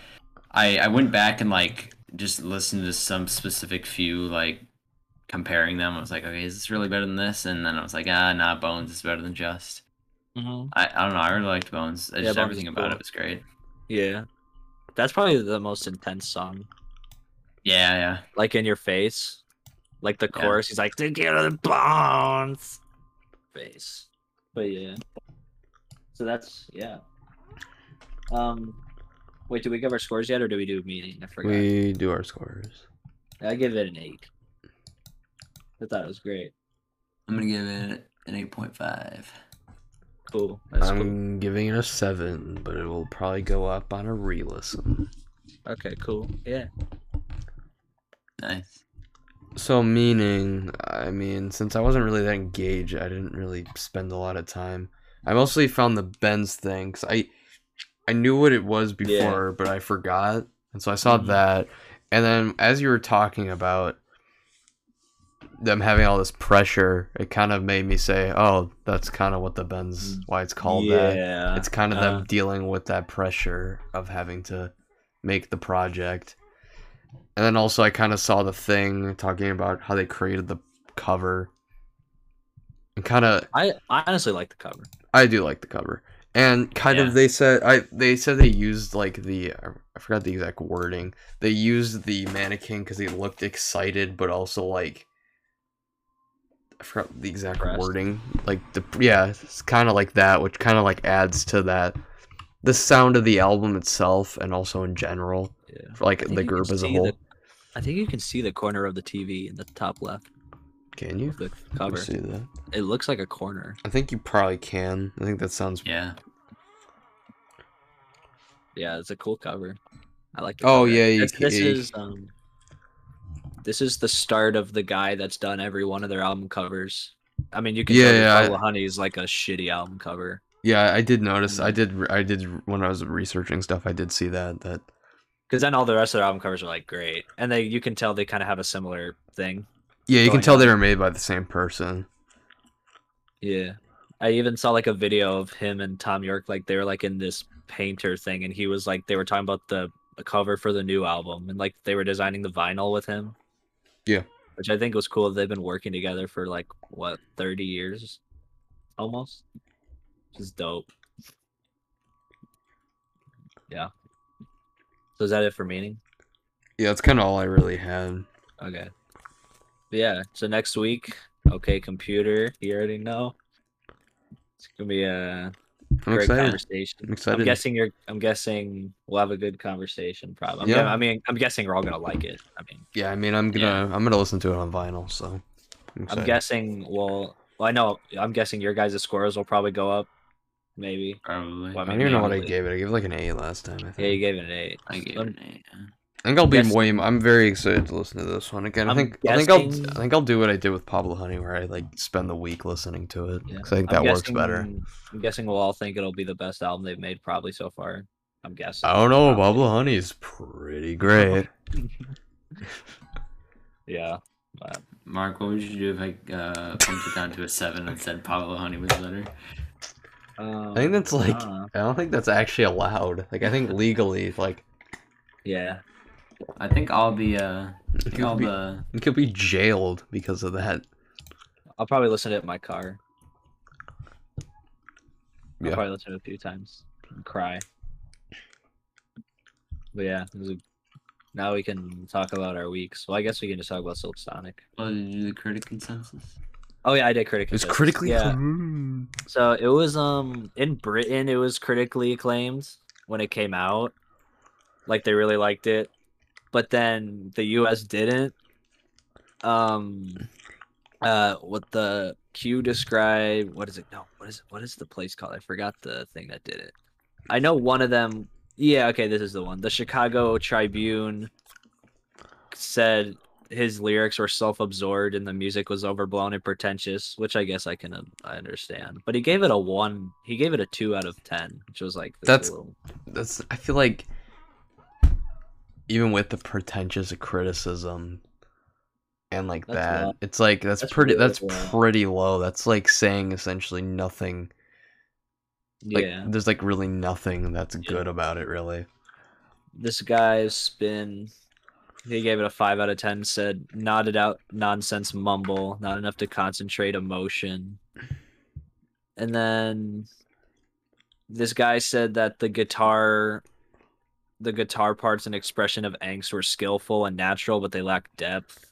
Speaker 3: I, I went back and like just listened to some specific few like comparing them. I was like, okay, is this really better than this? And then I was like, ah, nah, Bones is better than Just.
Speaker 2: Mhm.
Speaker 3: I, I don't know. I really liked Bones. I
Speaker 2: Yeah,
Speaker 3: just
Speaker 2: Bones
Speaker 3: everything
Speaker 2: is
Speaker 3: about
Speaker 2: cool.
Speaker 3: it was great.
Speaker 2: Yeah, that's probably the most intense song.
Speaker 3: Yeah, yeah.
Speaker 2: Like in your face, like the
Speaker 3: Yeah.
Speaker 2: chorus. He's like, "To get the bones," face. But yeah. So that's yeah. Um, wait, do we give our scores yet, or do we do a meeting? I forgot.
Speaker 1: We do our scores.
Speaker 2: I give it an eight. I thought it was great.
Speaker 3: I'm gonna give it an eight point five.
Speaker 2: Cool. That's cool.
Speaker 1: I'm giving it a seven, but it will probably go up on a re-listen.
Speaker 2: Okay. Cool. Yeah.
Speaker 3: Nice.
Speaker 1: So meaning, I mean, since I wasn't really that engaged, I didn't really spend a lot of time. I mostly found the Benz thing 'cause I, I knew what it was before, but I forgot, and so I saw
Speaker 2: Mhm.
Speaker 1: that, and then as you were talking about them having all this pressure, it kind of made me say, "Oh, that's kind of what the Benz, why it's called that."
Speaker 2: yeah.
Speaker 1: it's kind of
Speaker 2: uh,
Speaker 1: them dealing with that pressure of having to make the project and then also i kind of saw the thing talking about how they created the cover and kind of
Speaker 2: I I honestly like the cover.
Speaker 1: i do like the cover and kind
Speaker 3: Yeah.
Speaker 1: of they said i they said they used like the i forgot the exact wording they used the mannequin because he looked excited but also like I forgot the exact
Speaker 2: Depressed.
Speaker 1: wording. Like the yeah, it's kind of like that, which kind of like adds to that the sound of the album itself, and also in general,
Speaker 2: Yeah.
Speaker 1: for, like
Speaker 2: think
Speaker 1: the
Speaker 2: you can
Speaker 1: group as a
Speaker 2: see the-
Speaker 1: whole.
Speaker 2: I think you can see the corner of the TV in the top left
Speaker 1: Can you
Speaker 2: of the
Speaker 1: Let me
Speaker 2: cover.
Speaker 1: see that?
Speaker 2: It looks like a corner.
Speaker 1: I think you probably can. I think that sounds.
Speaker 3: Yeah.
Speaker 2: Yeah, it's a cool cover. I like.
Speaker 1: Oh,
Speaker 2: cover.
Speaker 1: yeah, you
Speaker 2: This,
Speaker 1: ca-
Speaker 2: this
Speaker 1: yeah, you
Speaker 2: is um, this is the start of the guy that's done every one of their album covers. I mean, you can
Speaker 1: Yeah,
Speaker 2: tell
Speaker 1: yeah, I-
Speaker 2: that Follow Honey is like a shitty album cover.
Speaker 1: Yeah, I did notice.
Speaker 2: Mm.
Speaker 1: I did. re- I did when I was researching stuff. I did see that. That
Speaker 2: Because then all the rest of their album covers are like great, and they you can tell they kind of have a similar thing.
Speaker 1: yeah, you can
Speaker 2: Going
Speaker 1: tell
Speaker 2: on.
Speaker 1: they were made by the same person.
Speaker 2: Yeah. I even saw like a video of him and Tom York, like they were like in this painter thing, and he was like they were talking about the the cover for the new album, and like they were designing the vinyl with him.
Speaker 1: Yeah.
Speaker 2: which I think was cool. They've been working together for like what thirty years, almost. Which is dope. Yeah. So is that it for meaning?
Speaker 1: Yeah, that's kind of all I really had.
Speaker 2: Okay. Yeah. So next week, okay, computer. You already know. It's gonna be uh, a
Speaker 1: I'm
Speaker 2: great
Speaker 1: excited.
Speaker 2: conversation.
Speaker 1: I'm excited.
Speaker 2: I'm guessing you're. I'm guessing we'll have a good conversation. Probably. I'm
Speaker 1: Yeah.
Speaker 2: gu- I mean, I'm guessing we're all gonna like it. I mean,
Speaker 1: Yeah, I mean, I'm gonna I'm gonna listen to it on vinyl. So I'm
Speaker 2: I'm
Speaker 1: excited.
Speaker 2: guessing we'll. Well, I know. I'm guessing your guys' scores will probably go up. Maybe.
Speaker 3: Probably.
Speaker 2: Well,
Speaker 1: I don't even know what I
Speaker 2: Maybe.
Speaker 1: gave it. I gave it like an A last time. I think.
Speaker 2: Yeah, you gave it an eight.
Speaker 3: I gave
Speaker 2: I'm,
Speaker 3: it an eight. yeah.
Speaker 1: I think I'll be
Speaker 2: guess-
Speaker 1: way. I'm very excited to listen to this one again. i
Speaker 2: I'm
Speaker 1: think I think
Speaker 2: guessing-
Speaker 1: I'll I think I'll do what I did with Pablo Honey, where I like spend the week listening to it.
Speaker 2: Yeah.
Speaker 1: 'cause I think that
Speaker 2: I'm
Speaker 1: works better.
Speaker 2: guessing- I'm guessing we'll all think it'll be the best album they've made probably so far. I'm guessing.
Speaker 1: I don't know.
Speaker 2: Probably.
Speaker 1: Pablo Honey is pretty great.
Speaker 2: Yeah.
Speaker 3: Mark, what would you do if I uh, pumped it down to a seven and said Pablo Honey was better?
Speaker 2: Um,
Speaker 1: think that's, like-
Speaker 2: uh,
Speaker 1: I don't think that's actually allowed. Like I think legally, like
Speaker 2: yeah.
Speaker 3: I think all the uh, I
Speaker 1: you
Speaker 3: think all
Speaker 1: could, be,
Speaker 3: the
Speaker 1: you could be jailed because of that.
Speaker 2: I'll probably listen to it in my car. I'll
Speaker 1: Yeah.
Speaker 2: probably listen to it a few times and cry. But yeah, it was a, now we can talk about our weeks. Well, I guess we can just talk about Silk Sonic.
Speaker 3: well, did you do the critic consensus.
Speaker 2: Oh yeah, I did critically.
Speaker 1: It's critically
Speaker 2: Yeah.
Speaker 1: acclaimed.
Speaker 2: So it was um in Britain it was critically acclaimed when it came out. Like they really liked it. But then the US didn't. Um uh what the Q described what is it? No, what is what is the place called? I forgot the thing that did it. I know one of them yeah, okay, this is the one. The Chicago Tribune said his lyrics were self-absorbed and the music was overblown and pretentious, which I guess I can uh, I understand. But he gave it a one. He gave it a two out of ten, which was like this
Speaker 1: That's-
Speaker 2: little-
Speaker 1: That's. I feel like even with the pretentious criticism and like
Speaker 2: That's
Speaker 1: that,
Speaker 2: low.
Speaker 1: it's like that's,
Speaker 2: That's
Speaker 1: pretty.
Speaker 2: really
Speaker 1: That's
Speaker 2: low.
Speaker 1: pretty low. That's like saying essentially nothing. Like
Speaker 2: yeah.
Speaker 1: there's like really nothing that's
Speaker 2: Yeah.
Speaker 1: good about it. Really.
Speaker 2: This guy's spin. He gave it a five out of ten. Said nodded out nonsense mumble, not enough to concentrate emotion. And then this guy said that the guitar, the guitar parts and expression of angst were skillful and natural, but they lacked depth.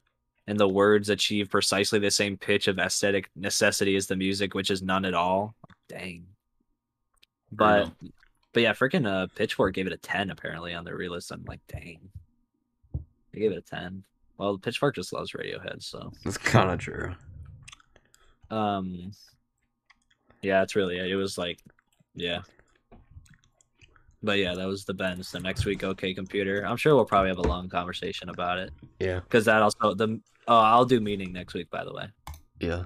Speaker 2: And the words achieve precisely the same pitch of aesthetic necessity as the music, which is none at all. Dang. But but yeah, freaking uh, Pitchfork gave it a ten apparently on their relist. I'm like, dang, they gave it a ten. Well, Pitchfork just loves Radiohead, so
Speaker 1: That's kind of true.
Speaker 2: um, yeah, that's really it. It was like, yeah, but yeah, that was the bends. The next week, okay, computer. I'm sure we'll probably have a long conversation about it
Speaker 1: Yeah.
Speaker 2: because that also the oh, I'll do meeting next week. By the way,
Speaker 1: Yeah.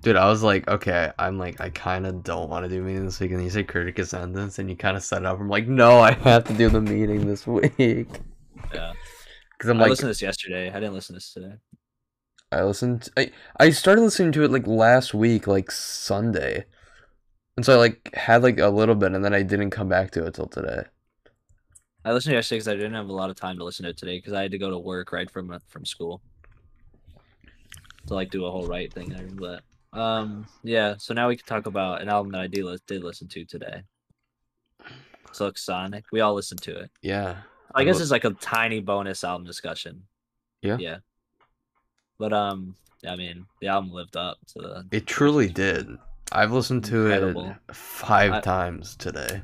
Speaker 1: Dude, I was like, okay, I'm like, I kind of don't want to do meeting this week, and you said critic sentence, and you kind of set it up. I'm like, no, I have to do the meeting this week. Because
Speaker 2: yeah,
Speaker 1: I'm
Speaker 2: I
Speaker 1: like,
Speaker 2: listened to this yesterday. I didn't listen to this today.
Speaker 1: I listened, I I started listening to it like last week, like Sunday, and so I like had like a little bit, and then I didn't come back to it till today.
Speaker 2: I listened to it yesterday because I didn't have a lot of time to listen to it today because I had to go to work right from uh, from school to like do a whole write thing. and everything. But um, yeah. So now we can talk about an album that I did, lis- did listen to today. Silk Sonic. We all listened to it.
Speaker 1: Yeah,
Speaker 2: I
Speaker 1: I
Speaker 2: guess
Speaker 1: will-
Speaker 2: it's like a tiny bonus album discussion.
Speaker 1: Yeah.
Speaker 2: Yeah. But um, I mean, the album lived up to the
Speaker 1: it truly did. I've listened to
Speaker 2: Incredible.
Speaker 1: it five
Speaker 2: I-
Speaker 1: times today.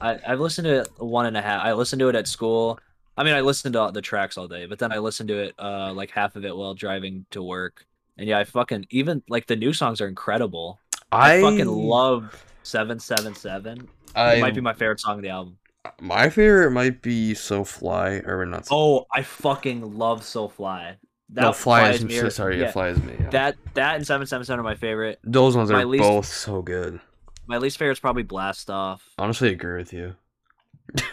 Speaker 2: I, I've listened to it one and a half. I listened to it at school. I mean, I listened to all the tracks all day, but then I listened to it uh like half of it while driving to work. And yeah, I fucking even like the new songs are incredible. I, fucking love seven seven seven.
Speaker 1: I,
Speaker 2: It might be my favorite song of the album.
Speaker 1: my favorite. Might be so fly or not. So
Speaker 2: Oh, I fucking love So Fly. That
Speaker 1: no, fly
Speaker 2: Fly
Speaker 1: is me.
Speaker 2: Mirror-
Speaker 1: Sorry, yeah,
Speaker 2: yeah,
Speaker 1: fly is me. yeah.
Speaker 2: That that and seven seven seven are my favorite.
Speaker 1: Those ones
Speaker 2: my
Speaker 1: are
Speaker 2: least-
Speaker 1: both so good.
Speaker 2: My least favorite is probably Blast Off.
Speaker 1: Honestly, I agree with you.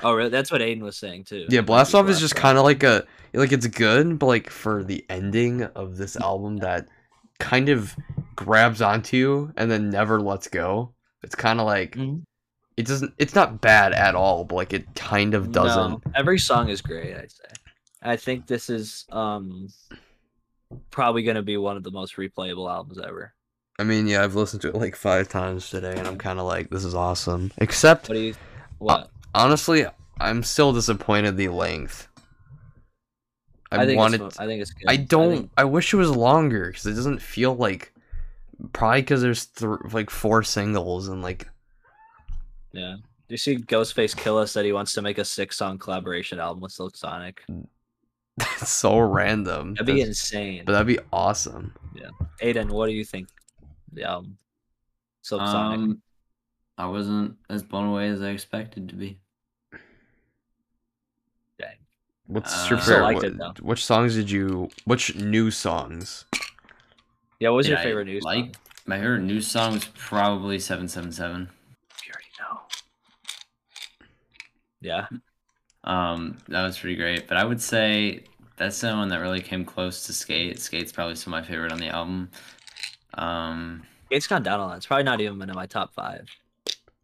Speaker 2: Oh, really? That's what Aiden was saying too.
Speaker 1: Yeah,
Speaker 2: It might be
Speaker 1: Blast Off is just
Speaker 2: Off.
Speaker 1: kind of like a like it's good, but like for the ending of this album that kind of grabs onto you and then never lets go. It's kind of like
Speaker 2: Mhm.
Speaker 1: it doesn't. It's not bad at all, but like it kind of doesn't.
Speaker 2: No, every song is great, I'd say. I think this is um probably gonna be one of the most replayable albums ever.
Speaker 1: I mean, yeah, I've listened to it like five times today, and I'm kind of like, this is awesome. Except
Speaker 2: What do you what?
Speaker 1: honestly, I'm still disappointed the length. I,
Speaker 2: think
Speaker 1: wanted.
Speaker 2: it's, fu- I think it's good.
Speaker 1: I don't. I,
Speaker 2: think-
Speaker 1: wish it was longer because it doesn't feel like. Probably because there's th- like four singles and like
Speaker 2: yeah. You see Ghostface Killa said he wants to make a six song collaboration album with Silk Sonic.
Speaker 1: that's so random.
Speaker 2: That'd be
Speaker 1: That's-
Speaker 2: insane.
Speaker 1: but that'd be awesome.
Speaker 2: Aiden, what do you think? of The album. Silk Sonic.
Speaker 3: Um, I wasn't as blown away as I expected to be.
Speaker 1: What's
Speaker 3: Uh,
Speaker 1: your
Speaker 3: I
Speaker 1: favorite?
Speaker 2: liked it,
Speaker 1: what- which songs did you? Which new songs?
Speaker 2: Yeah, what was
Speaker 3: did
Speaker 2: your
Speaker 3: I
Speaker 2: favorite news?
Speaker 3: like?
Speaker 2: song?
Speaker 3: My favorite new song was probably Seven Seven Seven.
Speaker 2: You already know. Yeah.
Speaker 3: Um, that was pretty great. But I would say that's the one that really came close to Skate. Skate's probably still my favorite on the album. Um,
Speaker 2: It's gone down a lot. It's probably not even in my top five.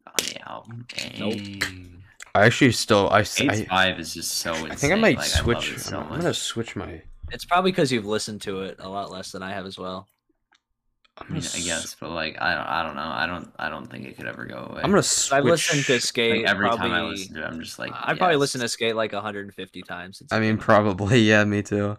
Speaker 3: on the album.
Speaker 2: Nope.
Speaker 3: Dang.
Speaker 1: I actually still I, s-
Speaker 3: Eight
Speaker 1: I,
Speaker 3: five is just so insane.
Speaker 1: I think I might
Speaker 3: like, I love
Speaker 1: switch.
Speaker 3: it so
Speaker 1: I'm,
Speaker 3: much.
Speaker 1: gonna switch my.
Speaker 2: It's probably because you've listened to it a lot less than I have as well.
Speaker 1: I'm
Speaker 3: I
Speaker 1: gonna,
Speaker 3: mean, I guess, but like, I don't, I don't know. I don't, I don't think it could ever go away.
Speaker 1: am gonna
Speaker 2: So
Speaker 1: switch.
Speaker 2: I've listened to Skate
Speaker 3: like, every
Speaker 2: probably.
Speaker 3: time I listen to it, I'm just like,
Speaker 2: I probably
Speaker 3: yes.
Speaker 2: listened to Skate like 150 times. since
Speaker 1: I
Speaker 2: it
Speaker 1: mean,
Speaker 2: came out.
Speaker 1: probably yeah, me too.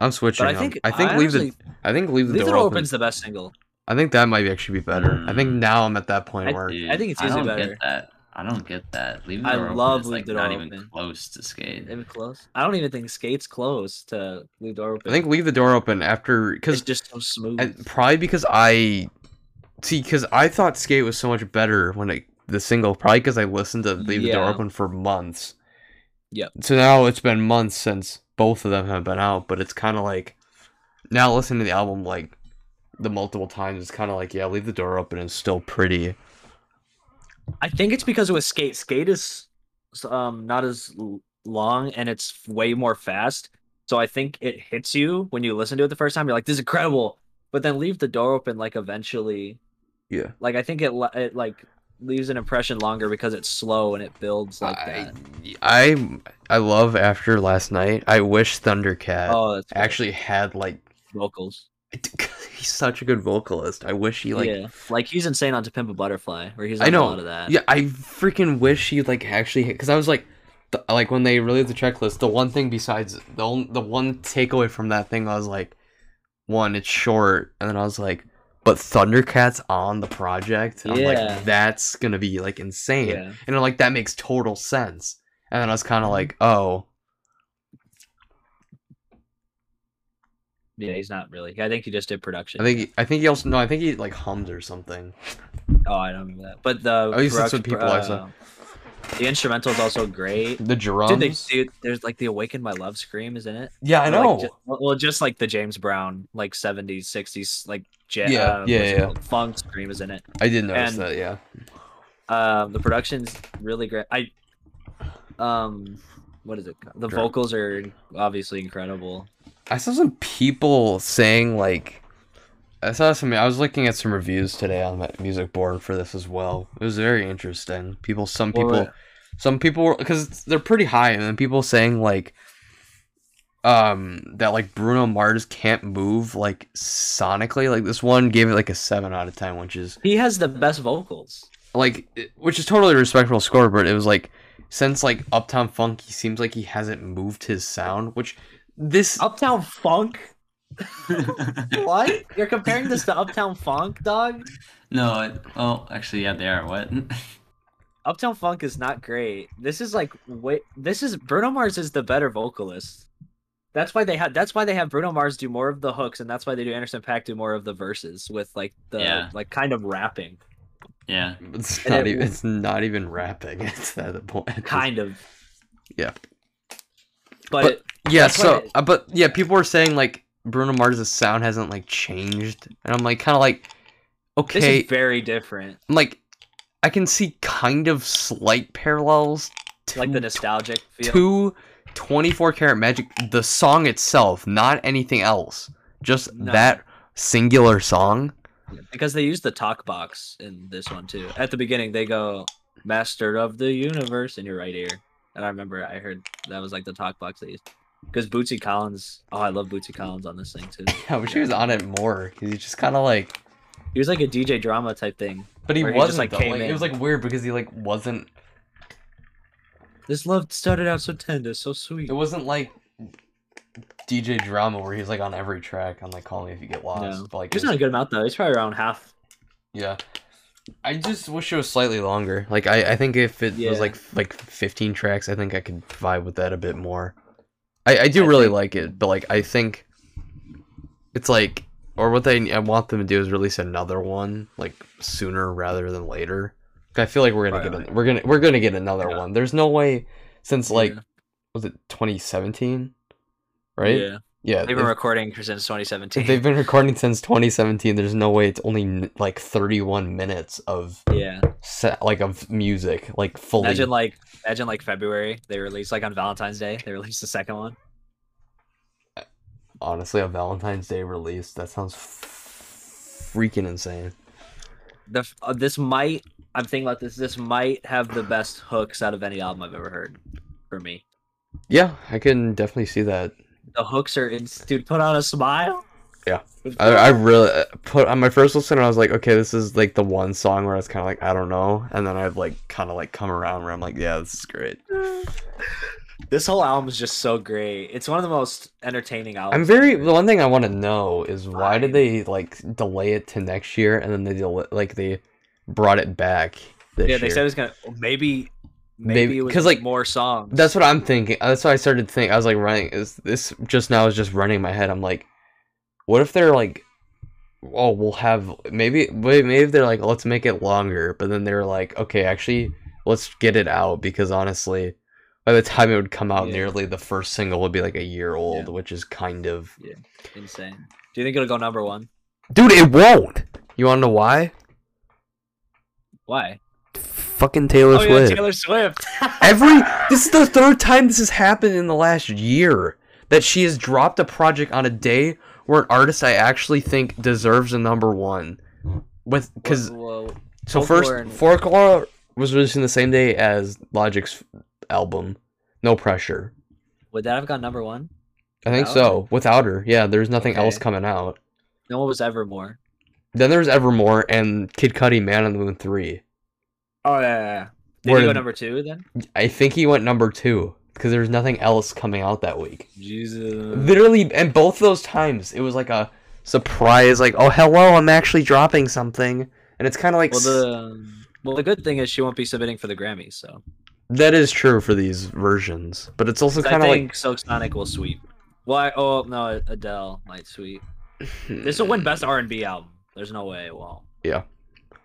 Speaker 1: I'm switching.
Speaker 2: But I
Speaker 1: them.
Speaker 2: think
Speaker 1: I think
Speaker 2: I
Speaker 1: leave the
Speaker 2: honestly-
Speaker 1: I think leave the
Speaker 2: Leave the
Speaker 1: door
Speaker 2: Door
Speaker 1: open.
Speaker 2: Open's the best single.
Speaker 1: I think that might actually be better. I think now I'm at that point
Speaker 2: I-
Speaker 1: where
Speaker 3: Dude,
Speaker 2: I think it's
Speaker 3: I
Speaker 2: easily
Speaker 3: don't
Speaker 2: better.
Speaker 3: get that. I don't get that. Leave the
Speaker 2: I
Speaker 3: door
Speaker 2: love
Speaker 3: open. is,
Speaker 2: Leave
Speaker 3: like,
Speaker 2: the
Speaker 3: not
Speaker 2: Door
Speaker 3: even
Speaker 2: Open.
Speaker 3: close to skate.
Speaker 2: Even close. I don't even think Skate's close to Leave Door Open.
Speaker 1: I think leave the door open after
Speaker 2: it's
Speaker 1: because
Speaker 2: just so smooth.
Speaker 1: And probably because I see, because I thought Skate was so much better when it the single. Probably because I listened to Leave the Door
Speaker 2: Yeah.
Speaker 1: Open for months.
Speaker 2: Yep.
Speaker 1: So now it's been months since both of them have been out, but it's kind of like now listening to the album like the multiple times, it's kind of like yeah, Leave the Door Open is still pretty.
Speaker 2: I think it's because it was skate. Skate is um not as l- long and it's way more fast. So I think it hits you when you listen to it the first time. You're like, "This is incredible," but then leave the door open. Like eventually,
Speaker 1: Yeah.
Speaker 2: like I think it le- it like leaves an impression longer because it's slow and it builds like
Speaker 1: I,
Speaker 2: that.
Speaker 1: I I love after last night. I wish Thundercat
Speaker 2: Oh, that's great.
Speaker 1: actually had like
Speaker 2: vocals.
Speaker 1: he's such a good vocalist. I wish he like
Speaker 2: yeah, like he's insane on "To Pimp a Butterfly," where he's
Speaker 1: I
Speaker 2: on
Speaker 1: know.
Speaker 2: a lot of that.
Speaker 1: Yeah, I freaking wish he like actually because I was like, the, like when they released the checklist, the one thing besides the on, the one takeaway from that thing, I was like, one, it's short, and then I was like, but Thundercats on the project, and I'm
Speaker 2: Yeah.
Speaker 1: like, that's gonna be like insane,
Speaker 2: yeah. Mm-hmm.
Speaker 1: and I'm like, that makes total sense, and then I was kind of like, oh,
Speaker 2: Yeah, he's not really. I think he just did production.
Speaker 1: I think I think he also no, I think he like hummed or something.
Speaker 2: Oh, I don't remember that. But the
Speaker 1: At least that's
Speaker 2: production-
Speaker 1: what people I saw.
Speaker 2: The instrumental is also great.
Speaker 1: The drums,
Speaker 2: Dude, they, dude, there's like the "Awaken My Love" scream, isn't it?
Speaker 1: yeah, I
Speaker 2: Or, like,
Speaker 1: know.
Speaker 2: ju- well, just like the James Brown, like '70s, '60s, like ja-
Speaker 1: Yeah,
Speaker 2: uh,
Speaker 1: yeah,
Speaker 2: what's it
Speaker 1: yeah.
Speaker 2: called? funk scream, isn't it?
Speaker 1: I did notice
Speaker 2: and-
Speaker 1: that. Yeah,
Speaker 2: Um, the production's really great. I, um, what is it? called? The
Speaker 1: Sure.
Speaker 2: vocals are obviously incredible.
Speaker 1: I saw some people saying like I saw some I was looking at some reviews today on that music board for this as well. It was very interesting. People some
Speaker 2: What
Speaker 1: people
Speaker 2: were-
Speaker 1: some people cuz they're pretty high and then people saying like um that like Bruno Mars can't move like sonically. Like this one gave it like a 7 out of 10, which is
Speaker 2: He has the best vocals.
Speaker 1: like it- which is totally a respectable score, but it was like since like Uptown Funk, he seems like he hasn't moved his sound, which this
Speaker 2: Uptown Funk. What? You're comparing this to Uptown Funk, dog?
Speaker 3: no, it, oh, actually, yeah, they are. What?
Speaker 2: Uptown Funk is not great. This is like wait, this is Bruno Mars is the better vocalist. That's why they had. That's why they have Bruno Mars do more of the hooks, and that's why they do Anderson Paak do more of the verses with like the
Speaker 3: Yeah.
Speaker 2: like kind of rapping,
Speaker 3: yeah,
Speaker 1: It's
Speaker 2: And
Speaker 1: not
Speaker 2: it
Speaker 1: even.
Speaker 2: w-
Speaker 1: It's not even rapping. It's at the point. It's-
Speaker 2: kind of.
Speaker 1: Yeah.
Speaker 2: But,
Speaker 1: But-
Speaker 2: it,
Speaker 1: Yeah.
Speaker 2: that's
Speaker 1: So,
Speaker 2: what it-
Speaker 1: uh, but yeah, people were saying like Bruno Mars's sound hasn't like changed, and I'm like kind of like,
Speaker 2: this
Speaker 1: okay,
Speaker 2: is very different.
Speaker 1: I'm like, I can see kind of slight parallels to
Speaker 2: Like the nostalgic feel.
Speaker 1: to 24 Karat Magic, the song itself, not anything else, just
Speaker 2: No.
Speaker 1: that singular song.
Speaker 2: because they use the talk box in this one too. At the beginning, they go "Master of the Universe" in your right ear, and I remember I heard that was like the talk box they used. Because Bootsy Collins, oh, I love Bootsy Collins on this thing too.
Speaker 1: I wish he was on it more because he's just kind of like.
Speaker 2: He was like a DJ drama type thing.
Speaker 1: But he
Speaker 2: Where he just,
Speaker 1: wasn't.
Speaker 2: like,
Speaker 1: though,
Speaker 2: came
Speaker 1: like, it
Speaker 2: in.
Speaker 1: was like weird because he like wasn't
Speaker 2: This love started out so tender, so sweet.
Speaker 1: It wasn't like DJ drama where he's like on every track on like Call Me If You Get Lost.
Speaker 2: No.
Speaker 1: But like,
Speaker 2: He's
Speaker 1: it was-
Speaker 2: not a good amount though. He's probably around half.
Speaker 1: yeah. I just wish it was slightly longer. Like I, I think if it
Speaker 2: Yeah.
Speaker 1: was like f- like fifteen tracks, I think I could vibe with that a bit more. I, I do
Speaker 2: I
Speaker 1: really
Speaker 2: think-
Speaker 1: like it, but like I think it's like or what they I want them to do is release another one like sooner rather than later. I feel like we're gonna
Speaker 2: Right,
Speaker 1: get
Speaker 2: right.
Speaker 1: a, we're gonna we're gonna get another
Speaker 2: Yeah.
Speaker 1: one. There's no way since like
Speaker 2: Yeah.
Speaker 1: was it 2017, right?
Speaker 2: Yeah.
Speaker 1: Yeah,
Speaker 2: They've
Speaker 1: they've-
Speaker 2: been recording since 2017.
Speaker 1: they've been recording since 2017. There's no way it's only like 31 minutes of
Speaker 2: yeah.
Speaker 1: set, like of music, like fully.
Speaker 2: Imagine like imagine like February they released like on Valentine's Day they released the second one.
Speaker 1: honestly, a Valentine's Day release. That sounds f- freaking insane.
Speaker 2: The f- uh, this might I'm thinking about this. This might have the best hooks out of any album I've ever heard. For me,
Speaker 1: Yeah, I can definitely see that.
Speaker 2: the hooks are in. Dude, put on a smile.
Speaker 1: Yeah.
Speaker 2: With-
Speaker 1: I, I really uh, put on my first listen. I was like, okay, this is like the one song where I was kind of like, I don't know, and then I've like kind of like come around where I'm like, yeah, this is great.
Speaker 2: this whole album is just so great. It's one of the most entertaining albums.
Speaker 1: I'm
Speaker 2: I've
Speaker 1: very.
Speaker 2: heard.
Speaker 1: The one thing I want to know is why did
Speaker 2: Fine.
Speaker 1: they like delay it to next year, and then they del- like they brought it back this
Speaker 2: yeah,
Speaker 1: year.
Speaker 2: they said it's gonna well, maybe
Speaker 1: Maybe-
Speaker 2: maybe, it was
Speaker 1: 'cause, like,
Speaker 2: more songs.
Speaker 1: That's what I'm thinking. uh, That's what I started to think. I was like running. Is this just now? Is just running in my head. I'm like, what if they're like, oh, we'll have maybe wait, maybe they're like, let's make it longer. But then they were like, okay, actually, let's get it out because honestly, by the time it would come out,
Speaker 2: Yeah.
Speaker 1: nearly the first single would be like a year old, which is kind of
Speaker 2: insane. Do you think it'll go number one?
Speaker 1: dude. It won't. You want to know why?
Speaker 2: Why?
Speaker 1: Fucking Taylor
Speaker 2: oh yeah,
Speaker 1: Swift.
Speaker 2: Taylor Swift.
Speaker 1: Every this is the third time this has happened in the last year that she has dropped a project on a day where an artist I actually think deserves a number one. With because
Speaker 2: Whoa, whoa.
Speaker 1: so
Speaker 2: Folklore
Speaker 1: first
Speaker 2: and-
Speaker 1: Folklore was released in the same day as Logic's album, No Pressure.
Speaker 2: would that have gone number one?
Speaker 1: I think
Speaker 2: Without
Speaker 1: so. Without her, yeah, there's nothing
Speaker 2: Oh. Okay.
Speaker 1: else coming out.
Speaker 2: No one was Evermore.
Speaker 1: Then there's Evermore and Kid Cudi, Man on the Moon three.
Speaker 2: Oh yeah. yeah, yeah. Did
Speaker 1: Where
Speaker 2: he go
Speaker 1: did-
Speaker 2: number two then?
Speaker 1: I think he went number two because there was nothing else coming out that week.
Speaker 2: Jesus.
Speaker 1: literally and both those times it was like a surprise like oh hello i'm actually dropping something and it's kind of like
Speaker 2: Well,
Speaker 1: s-
Speaker 2: the well, the good thing is she won't be submitting for the Grammys, so
Speaker 1: that is true for these versions but it's also
Speaker 2: I
Speaker 1: kind of
Speaker 2: think
Speaker 1: like
Speaker 2: like... Silk Sonic will sweep. Well, I, oh no, Adele might sweep. This will win best R and B album. There's no way it won't.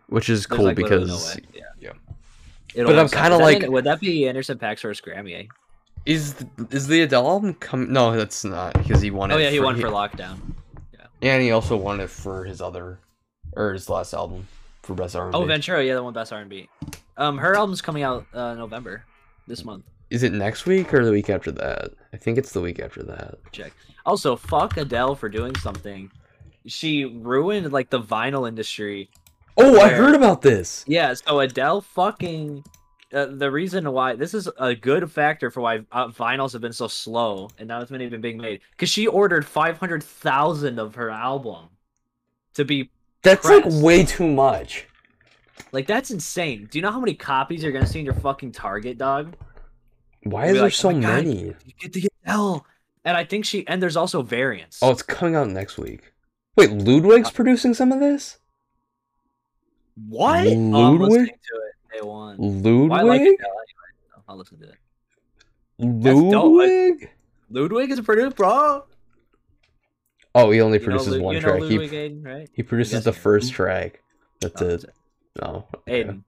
Speaker 1: which is
Speaker 2: There's,
Speaker 1: cool
Speaker 2: like, literally
Speaker 1: because
Speaker 2: no way. yeah,
Speaker 1: yeah.
Speaker 2: It'll
Speaker 1: But
Speaker 2: win
Speaker 1: I'm
Speaker 2: some-
Speaker 1: kinda
Speaker 2: is that
Speaker 1: like-
Speaker 2: an- would that be Anderson Paak's first Grammy? eh?
Speaker 1: is th- is the adele album coming no that's not because he won it
Speaker 2: Oh yeah, he
Speaker 1: for,
Speaker 2: won for lockdown.
Speaker 1: and he also won it for his other or his last album for best r&b
Speaker 2: Oh, Ventura, yeah, the one best R and B. Um, her album's coming out uh, November this month.
Speaker 1: is it next week or the week after that i think it's the week after that
Speaker 2: Check. Also, fuck Adele for doing something. She ruined like the vinyl industry.
Speaker 1: oh i
Speaker 2: Where-
Speaker 1: heard about this
Speaker 2: Yeah, so Adele fucking. Uh, the reason why this is a good factor for why uh, vinyls have been so slow and not as many have been being made because she ordered 500,000 of her album to be
Speaker 1: that's
Speaker 2: Pressed.
Speaker 1: like way too much
Speaker 2: like that's insane. Do you know how many copies you're gonna see in your fucking Target, dog?
Speaker 1: why
Speaker 2: You'll
Speaker 1: is
Speaker 2: be
Speaker 1: there
Speaker 2: like,
Speaker 1: so
Speaker 2: "Oh my God,
Speaker 1: many
Speaker 2: You get the Adele, and I think she and there's also variants.
Speaker 1: Oh, it's coming out next week. Wait,
Speaker 2: Uh,
Speaker 1: Ludwig's producing some of this?
Speaker 2: What? Oh, I'm
Speaker 1: Ludwig?
Speaker 2: listening to it. Day one.
Speaker 1: Ludwig?
Speaker 2: Well, I like it now anyway, so I'll listen to it. That's dope.
Speaker 1: Ludwig?
Speaker 2: Ludwig is produced, bro.
Speaker 1: Oh, he only
Speaker 2: You know,
Speaker 1: produces
Speaker 2: Lu-
Speaker 1: one
Speaker 2: you know
Speaker 1: track.
Speaker 2: Ludwig
Speaker 1: he,
Speaker 2: Aiden, right?
Speaker 1: he produces
Speaker 2: guess
Speaker 1: the
Speaker 2: you know.
Speaker 1: first track. That's
Speaker 2: Oh,
Speaker 1: it.
Speaker 2: Aiden.
Speaker 1: Oh. okay.
Speaker 2: Aiden.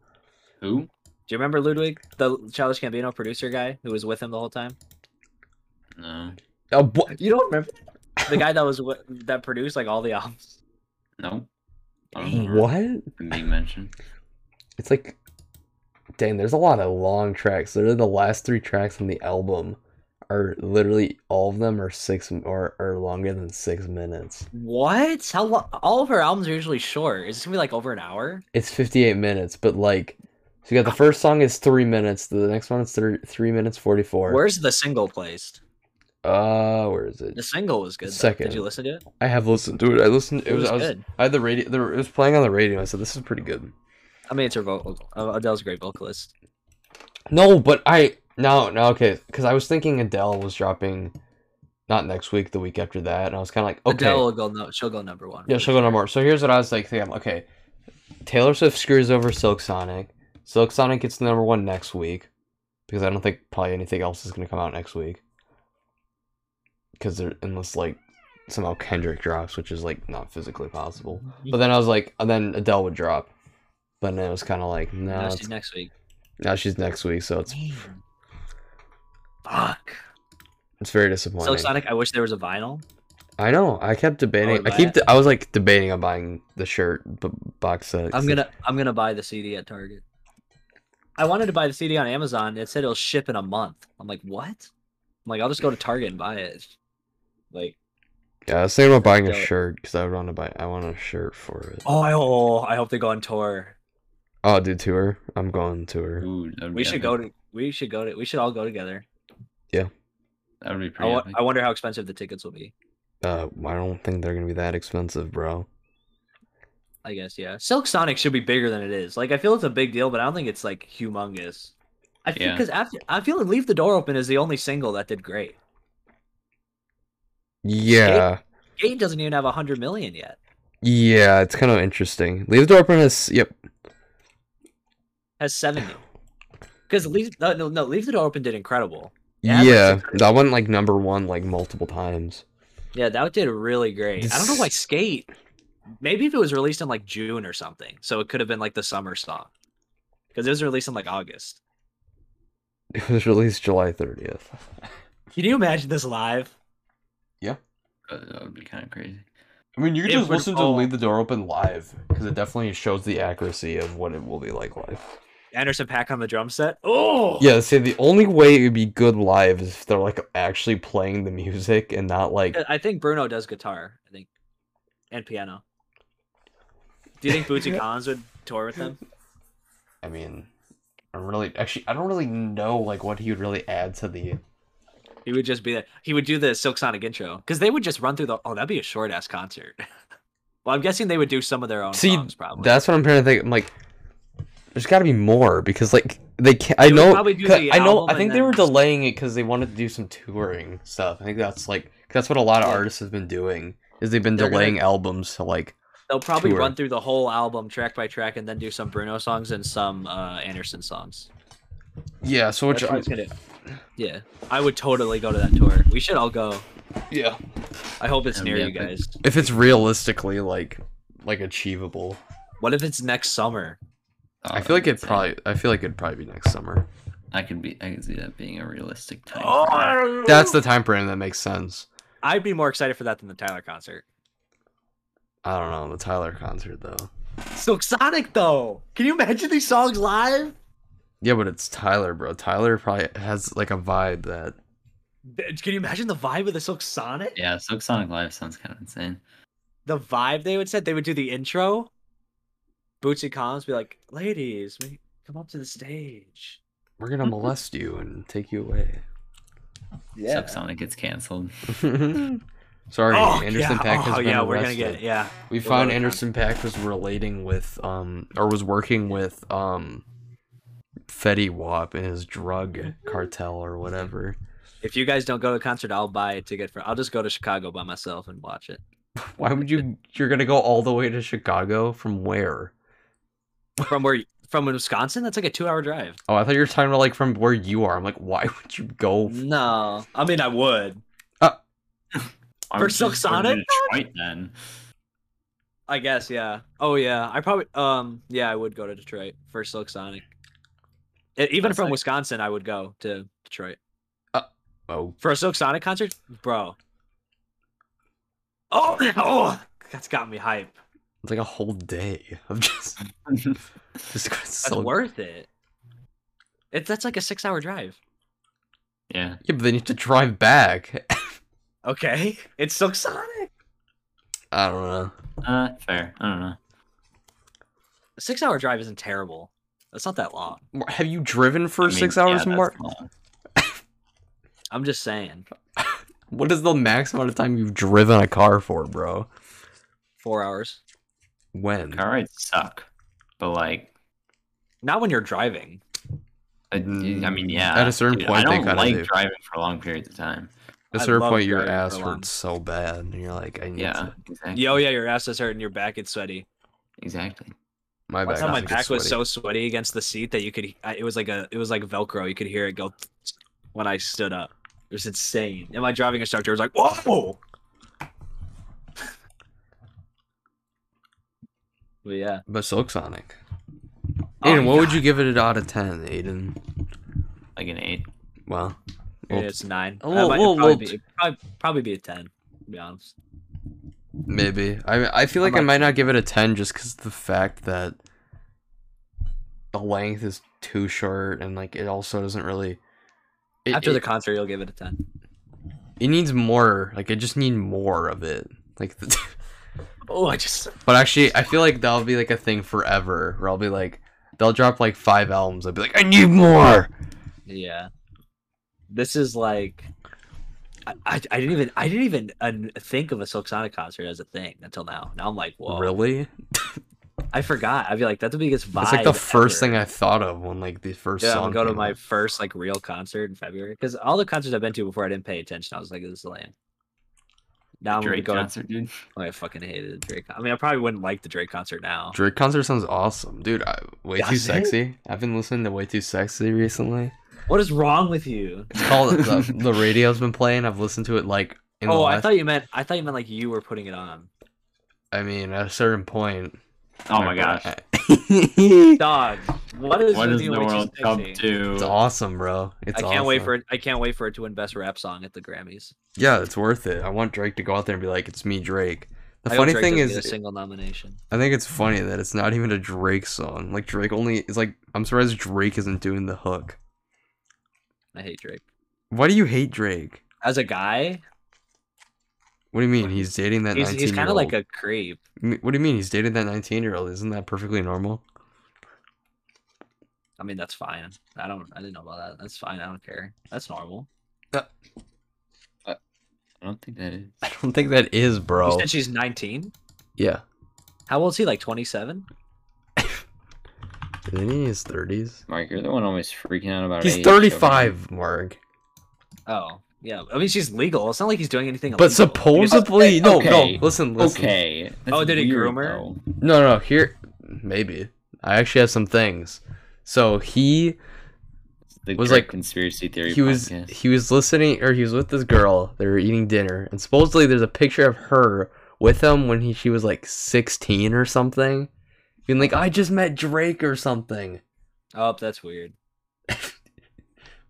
Speaker 3: Who?
Speaker 2: Do you remember Ludwig, the Childish Gambino producer guy who was with him the whole time?
Speaker 3: No.
Speaker 1: Oh, bo-
Speaker 2: You don't remember the guy that was wi- that produced like all the albums.
Speaker 3: No. I don't remember
Speaker 1: what?
Speaker 3: him Being mentioned.
Speaker 1: It's like. Dang, there's a lot of long tracks. Literally, the last three tracks on the album are literally all of them are six or are longer than six minutes.
Speaker 2: What? How long? All of her albums are usually short. Is this gonna be like over an hour?
Speaker 1: It's 58 minutes, but like, so you got the first song is three minutes. The next one is three three minutes 44.
Speaker 2: Where's the single placed?
Speaker 1: Uh, where is
Speaker 2: The
Speaker 1: it?
Speaker 2: single was good. though.
Speaker 1: Second.
Speaker 2: Did you listen to it?
Speaker 1: I have listened to it. I listened. It was. I, was
Speaker 2: good.
Speaker 1: I had the radio. The, it was playing on the radio. I said, "This is pretty good."
Speaker 2: I mean, it's her vocal. uh, Adele's a great vocalist.
Speaker 1: No, but I no no okay because I was thinking Adele was dropping, not next week, the week after that, and I was kind of like, okay,
Speaker 2: Adele will go. No, she'll go number one.
Speaker 1: yeah,
Speaker 2: for
Speaker 1: she'll go no more. So here's what I was like thinking. Okay, Taylor Swift screws over Silk Sonic. Silk Sonic gets the number one next week because I don't think probably anything else is gonna come out next week. Because they're unless like somehow Kendrick drops, which is like not physically possible. But then I was like, and then Adele would drop. But then it was kind of like, no,
Speaker 2: No,
Speaker 1: it's-
Speaker 2: she's next week.
Speaker 1: now she's next week, so it's
Speaker 2: Fuck.
Speaker 1: it's very
Speaker 2: Silk
Speaker 1: disappointing.
Speaker 2: Sonic, I wish there was a vinyl.
Speaker 1: I know. I kept
Speaker 2: would
Speaker 1: debating. I
Speaker 2: buy
Speaker 1: keep.
Speaker 2: it.
Speaker 1: de- I was like debating on buying the shirt b- box set.
Speaker 2: I'm gonna I'm gonna buy the CD at Target. I wanted to buy the CD on Amazon. It said it'll ship in a month. I'm like, what? I'm like, I'll just go to Target and buy it. Like,
Speaker 1: Yeah, I was thinking about buying a
Speaker 2: Dope.
Speaker 1: shirt because I would want to buy. I want a shirt for it.
Speaker 2: Oh, I, oh, I hope they go on tour.
Speaker 1: Oh, dude, tour. I'm going tour.
Speaker 3: Ooh, that would
Speaker 2: We
Speaker 3: be
Speaker 2: should
Speaker 3: epic.
Speaker 2: go to. We should go to. We should all go together.
Speaker 3: That would be
Speaker 2: I,
Speaker 3: pretty.
Speaker 2: wa-
Speaker 3: epic.
Speaker 2: I wonder how expensive the tickets will be.
Speaker 1: Uh, I don't think they're gonna be that expensive, bro.
Speaker 2: I guess yeah. Silk Sonic should be bigger than it is. Like I feel it's a big deal, but I don't think it's like humongous. I feel
Speaker 3: Yeah.
Speaker 2: because after I feel Leave the Door Open is the only single that did great.
Speaker 1: Yeah,
Speaker 2: Gate doesn't even have hundred million yet.
Speaker 1: yeah, it's kind of interesting. Leave the door open is yep.
Speaker 2: Has seventy. Because Leave no, no no Leave the Door Open did incredible. Yeah,
Speaker 1: Yeah,
Speaker 2: but
Speaker 1: that went like number one like multiple times.
Speaker 2: Yeah, that did really great. I don't know why
Speaker 1: This-
Speaker 2: Skate. Maybe if it was released in like June or something, so it could have been like the summer song. Because it was released in like August.
Speaker 1: It was released July thirtieth.
Speaker 2: Can you imagine this live?
Speaker 3: Uh, That would be kind of crazy.
Speaker 1: I mean, you
Speaker 2: could It just would listen to all- Leave
Speaker 1: the door open live because it definitely shows the accuracy of what it will be like live.
Speaker 2: Anderson Pack on the drum set. Oh
Speaker 1: Yeah, see, the only way it would be good live is if they're like actually playing the music and not like.
Speaker 2: I think Bruno does guitar. I think, and piano. Do you think Bootsy Collins would tour with them?
Speaker 1: I mean, I don't really actually I don't really know like what he would really add to the.
Speaker 2: He would just be there. He would do the Silk Sonic intro because they would just run through the. Oh, that'd be a short ass concert. well, I'm guessing they would do some of their own
Speaker 1: See,
Speaker 2: songs probably.
Speaker 1: That's what I'm trying to think. I'm like, there's got to be more because like they can't. I
Speaker 2: They would
Speaker 1: know.
Speaker 2: probably do
Speaker 1: 'cause
Speaker 2: the
Speaker 1: I know.
Speaker 2: album
Speaker 1: I
Speaker 2: and
Speaker 1: think they were
Speaker 2: then-
Speaker 1: delaying it because they wanted to do some touring stuff. I think that's like 'cause that's what a lot of
Speaker 2: Yeah.
Speaker 1: artists have been doing is they've been
Speaker 2: They're gonna-
Speaker 1: delaying albums to like.
Speaker 2: They'll probably
Speaker 1: Tour.
Speaker 2: run through the whole album track by track and then do some Bruno songs and some uh, Anderson songs.
Speaker 1: Yeah. So which
Speaker 2: That's what it's gonna- Yeah, I would totally go to that tour. We should all go.
Speaker 1: yeah,
Speaker 2: I hope it's
Speaker 3: That'd
Speaker 2: near
Speaker 3: be
Speaker 2: you
Speaker 3: epic.
Speaker 2: guys.
Speaker 1: if it's realistically like like achievable,
Speaker 2: What if it's next summer?
Speaker 3: Oh,
Speaker 1: I feel like
Speaker 3: that'd be
Speaker 1: it
Speaker 3: sick.
Speaker 1: probably. I feel like it'd probably be next summer.
Speaker 3: I could be. I could see that being a realistic time. frame.
Speaker 2: Oh,
Speaker 1: That's the time frame that makes sense.
Speaker 2: I'd be more excited for that than the Tyler concert.
Speaker 1: I don't know the Tyler concert though.
Speaker 2: Silk Sonic though. Can you imagine these songs live?
Speaker 1: Yeah, but it's Tyler, bro. Tyler probably has like a vibe that
Speaker 2: Th- Can you imagine the vibe of the Silk Sonic?
Speaker 3: Yeah, Silk Sonic Live sounds kind of insane.
Speaker 2: The vibe they would set. They would do the intro. Bootsy Collins be like, "Ladies, we- come up to the stage."
Speaker 1: we're gonna
Speaker 2: Mm-hmm.
Speaker 1: molest you and take you away.
Speaker 3: Silk Sonic gets canceled.
Speaker 1: Sorry,
Speaker 2: Oh,
Speaker 1: Anderson
Speaker 2: yeah.
Speaker 1: Pack has
Speaker 2: oh,
Speaker 1: been
Speaker 2: yeah,
Speaker 1: arrested.
Speaker 2: we're gonna get it. Yeah.
Speaker 1: We
Speaker 2: We'll
Speaker 1: found
Speaker 2: go to
Speaker 1: Anderson Pack was relating with um or was working with um Fetty Wap and his drug
Speaker 2: Mm-hmm.
Speaker 1: cartel or whatever.
Speaker 2: If you guys don't go to a concert, I'll buy a ticket for. I'll just go to Chicago by myself and watch it.
Speaker 1: Why would you? You're gonna go all the way to Chicago from where?
Speaker 2: From where? From Wisconsin? That's like a two-hour drive.
Speaker 1: Oh, I thought you were talking about like from where you are. I'm like, why would you go?
Speaker 2: Mm. No, I mean I would.
Speaker 3: I
Speaker 2: For
Speaker 3: would
Speaker 2: Silk
Speaker 3: just go to
Speaker 2: Sonic?
Speaker 3: Detroit then.
Speaker 2: I guess, yeah. Oh yeah, I probably um yeah, I would go to Detroit for Silk Sonic. E- even
Speaker 3: That's
Speaker 2: from
Speaker 3: like-
Speaker 2: Wisconsin, I would go to Detroit
Speaker 1: Oh,
Speaker 2: for a Silk Sonic concert, bro. Oh, oh, that's got me hype.
Speaker 1: It's like a whole day of just just going
Speaker 2: That's
Speaker 1: so
Speaker 2: worth it. It's that's like a six-hour drive.
Speaker 3: yeah,
Speaker 1: Yeah, but then you have to drive back.
Speaker 2: Okay, it's Silk Sonic.
Speaker 1: I don't know.
Speaker 3: uh, fair. I don't know.
Speaker 2: A six-hour drive isn't terrible. That's not that long.
Speaker 1: Wha- Have you driven for
Speaker 3: I mean,
Speaker 1: six
Speaker 3: yeah,
Speaker 1: hours
Speaker 3: that's
Speaker 1: more?
Speaker 3: long.
Speaker 2: I'm just saying,
Speaker 1: What is the max amount of time you've driven a car for, bro?
Speaker 2: four hours.
Speaker 1: When?
Speaker 3: Car rides suck, but like,
Speaker 2: Not when you're driving.
Speaker 3: I, I mean,
Speaker 1: Mm,
Speaker 3: yeah.
Speaker 1: at a certain
Speaker 3: dude,
Speaker 1: point,
Speaker 3: I
Speaker 1: they
Speaker 3: don't
Speaker 1: kinda
Speaker 3: like
Speaker 1: do.
Speaker 3: driving for long periods of time.
Speaker 1: At a
Speaker 2: I
Speaker 1: certain
Speaker 2: love
Speaker 1: point, your
Speaker 2: driving
Speaker 1: ass
Speaker 2: for long.
Speaker 1: hurts so bad, and you're like, I need
Speaker 3: Yeah,
Speaker 1: to.
Speaker 3: exactly.
Speaker 2: Yo, yeah, your ass is hurting, your back is sweaty.
Speaker 3: exactly.
Speaker 1: My
Speaker 2: One
Speaker 1: back.
Speaker 2: time my
Speaker 1: doesn't get
Speaker 2: back was
Speaker 1: sweaty.
Speaker 2: so sweaty against the seat that you could I, it was like a it was like velcro you could hear it go when I stood up. It was insane. And my driving instructor was like, "Whoa!" But yeah,
Speaker 1: But Silk Sonic.
Speaker 2: Oh,
Speaker 1: Aiden, what would
Speaker 2: God.
Speaker 1: you give it out of ten, Aiden?
Speaker 3: Like an eight.
Speaker 1: Well,
Speaker 2: Maybe
Speaker 1: well,
Speaker 2: it's nine.
Speaker 1: a
Speaker 2: That
Speaker 1: little-
Speaker 2: might-
Speaker 1: little-
Speaker 2: it'd probably,
Speaker 1: little-
Speaker 2: be, it'd probably probably be a ten. To be honest,
Speaker 1: Maybe. I I feel like I
Speaker 2: I'm
Speaker 1: might not give it a 10 just cuz the fact that the length is too short and like it also doesn't really it-
Speaker 2: after the
Speaker 1: it-
Speaker 2: concert, you'll give it a ten.
Speaker 1: It needs more. Like I just need more of it. Like, the,
Speaker 2: Oh, I just
Speaker 1: but actually, I feel like that'll be like a thing forever. Where I'll be like, they'll drop like five albums. I'll be like, I need more.
Speaker 2: yeah. This is like I, I, I didn't even I didn't even un- think of a Silk Sonic concert as a thing until now. Now I'm like, whoa,
Speaker 1: Really?
Speaker 2: I forgot. I'd be like, that's the biggest vibe.
Speaker 1: That's like the first
Speaker 2: ever.
Speaker 1: thing I thought of when like the first
Speaker 2: Yeah,
Speaker 1: song.
Speaker 2: I'll go to
Speaker 1: came
Speaker 2: my
Speaker 1: out.
Speaker 2: first like real concert in February because all the concerts I've been to before I didn't pay attention. I was like, this is lame. Now I'm
Speaker 3: Drake
Speaker 2: gonna go. To,
Speaker 3: concert, dude.
Speaker 2: oh, I fucking hated the Drake. con- I mean, I probably wouldn't like the Drake concert now.
Speaker 1: Drake concert sounds awesome, dude. I, way too
Speaker 2: Does it?
Speaker 1: sexy. I've been listening to way too sexy recently.
Speaker 2: What is wrong with you?
Speaker 1: It's called the, the radio's been playing. I've listened to it like in the
Speaker 2: oh, I
Speaker 1: last.
Speaker 2: thought you meant I thought you meant like you were putting it on.
Speaker 1: I mean, at a certain point.
Speaker 3: Oh my gosh.
Speaker 1: it's
Speaker 2: Dog, what is
Speaker 3: What
Speaker 2: with
Speaker 3: is
Speaker 2: you
Speaker 3: the
Speaker 2: with you
Speaker 3: world come
Speaker 2: sexy?
Speaker 3: to?
Speaker 1: awesome, bro. It's
Speaker 2: I can't wait
Speaker 1: awesome.
Speaker 2: for it. I can't wait for it to win best rap song at the Grammys.
Speaker 1: Yeah, it's worth it. I want Drake to go out there and be like, "It's me, Drake." The
Speaker 2: I hope
Speaker 1: funny
Speaker 2: Drake
Speaker 1: thing
Speaker 2: doesn't get a
Speaker 1: is,
Speaker 2: single nomination.
Speaker 1: I think it's funny that it's not even a Drake song. Like Drake only is like, I'm surprised Drake isn't doing the hook.
Speaker 2: I hate Drake
Speaker 1: Why do you hate Drake?
Speaker 2: as a guy.
Speaker 1: What do you mean he's dating that
Speaker 2: He's,
Speaker 1: 19
Speaker 2: he's
Speaker 1: year
Speaker 2: kind of
Speaker 1: old?
Speaker 2: like a creep.
Speaker 1: What do you mean he's dating that 19 year old? Isn't that perfectly normal?
Speaker 2: I mean, that's fine. I don't. I didn't know about that. That's fine. I don't care. That's normal.
Speaker 3: I don't think that is.
Speaker 1: I don't think that is, bro.
Speaker 2: You said she's 19.
Speaker 1: Yeah,
Speaker 2: How old is he? Like 27.
Speaker 1: isn't he in his 30s?
Speaker 3: Mark, you're the one always freaking out about.
Speaker 1: He's
Speaker 3: age over here.
Speaker 1: 35, Mark.
Speaker 2: Oh, yeah. I mean, she's legal. It's not like he's doing anything.
Speaker 1: But
Speaker 2: illegal. You just-
Speaker 1: supposedly, no,
Speaker 3: okay,
Speaker 1: no. Listen, listen.
Speaker 3: Okay. that's
Speaker 2: Oh, did he
Speaker 3: weird,
Speaker 2: groom her?
Speaker 3: though.
Speaker 1: No, no, here maybe. I actually have some things. So he
Speaker 3: The
Speaker 1: Was
Speaker 3: Drake
Speaker 1: like-
Speaker 3: conspiracy theory.
Speaker 1: he was
Speaker 3: podcast.
Speaker 1: he was listening or he was with this girl. They were eating dinner, and supposedly there's a picture of her with him when he she was like 16 or something. Being like, I just met Drake or something.
Speaker 2: Oh, that's weird.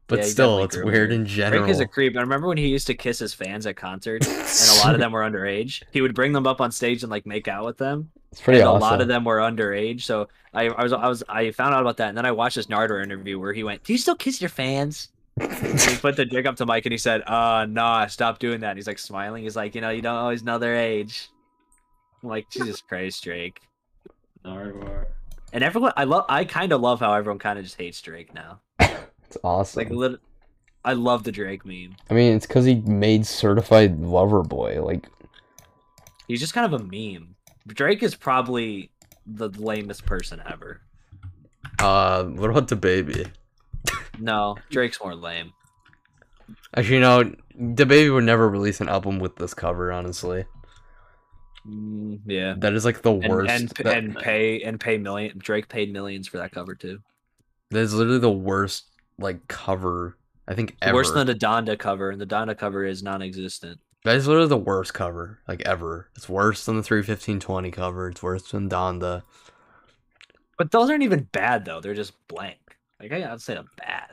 Speaker 1: But
Speaker 2: Yeah, he
Speaker 1: still,
Speaker 2: definitely
Speaker 1: it's
Speaker 2: grew
Speaker 1: weird
Speaker 2: weird.
Speaker 1: in general.
Speaker 2: Drake is a creep. I remember when he used to kiss his fans at concerts, and a lot of them were underage. He would bring them up on stage and like make out with them,
Speaker 1: It's pretty
Speaker 2: and
Speaker 1: awesome.
Speaker 2: a lot of them were underage. So I, I was, I was, I found out about that, and then I watched this Nardwar interview where he went, "Do you still kiss your fans?" And he put the drink up to Mike, and he said, "Uh, nah, stop doing that." And he's like smiling. He's like, "You know, you don't always know their age." I'm like Jesus Christ, Drake.
Speaker 3: Narwhal.
Speaker 2: And everyone, I love, I kind of love how everyone kind of just hates Drake now.
Speaker 1: It's
Speaker 2: It's
Speaker 1: awesome.
Speaker 2: like, lit- I love the Drake meme.
Speaker 1: I mean, it's because he made Certified Lover Boy. Like,
Speaker 2: He's just kind of a meme. Drake is probably the lamest person ever.
Speaker 1: uh, what about the baby?
Speaker 2: No, Drake's more lame.
Speaker 1: Actually, no. The baby would never release an album with this cover. Honestly,
Speaker 2: Mm, yeah.
Speaker 1: that is like the
Speaker 2: And,
Speaker 1: worst.
Speaker 2: and
Speaker 1: that-
Speaker 2: and pay and pay million. Drake paid millions for that cover too.
Speaker 1: that is literally the worst like cover I think ever.
Speaker 2: Worse than the Donda cover, and the Donda cover is non-existent.
Speaker 1: that is literally the worst cover like ever. It's worse than the three fifteen twenty cover. It's worse than Donda.
Speaker 2: But those aren't even bad though. They're just blank. Like I, I'd say they're bad.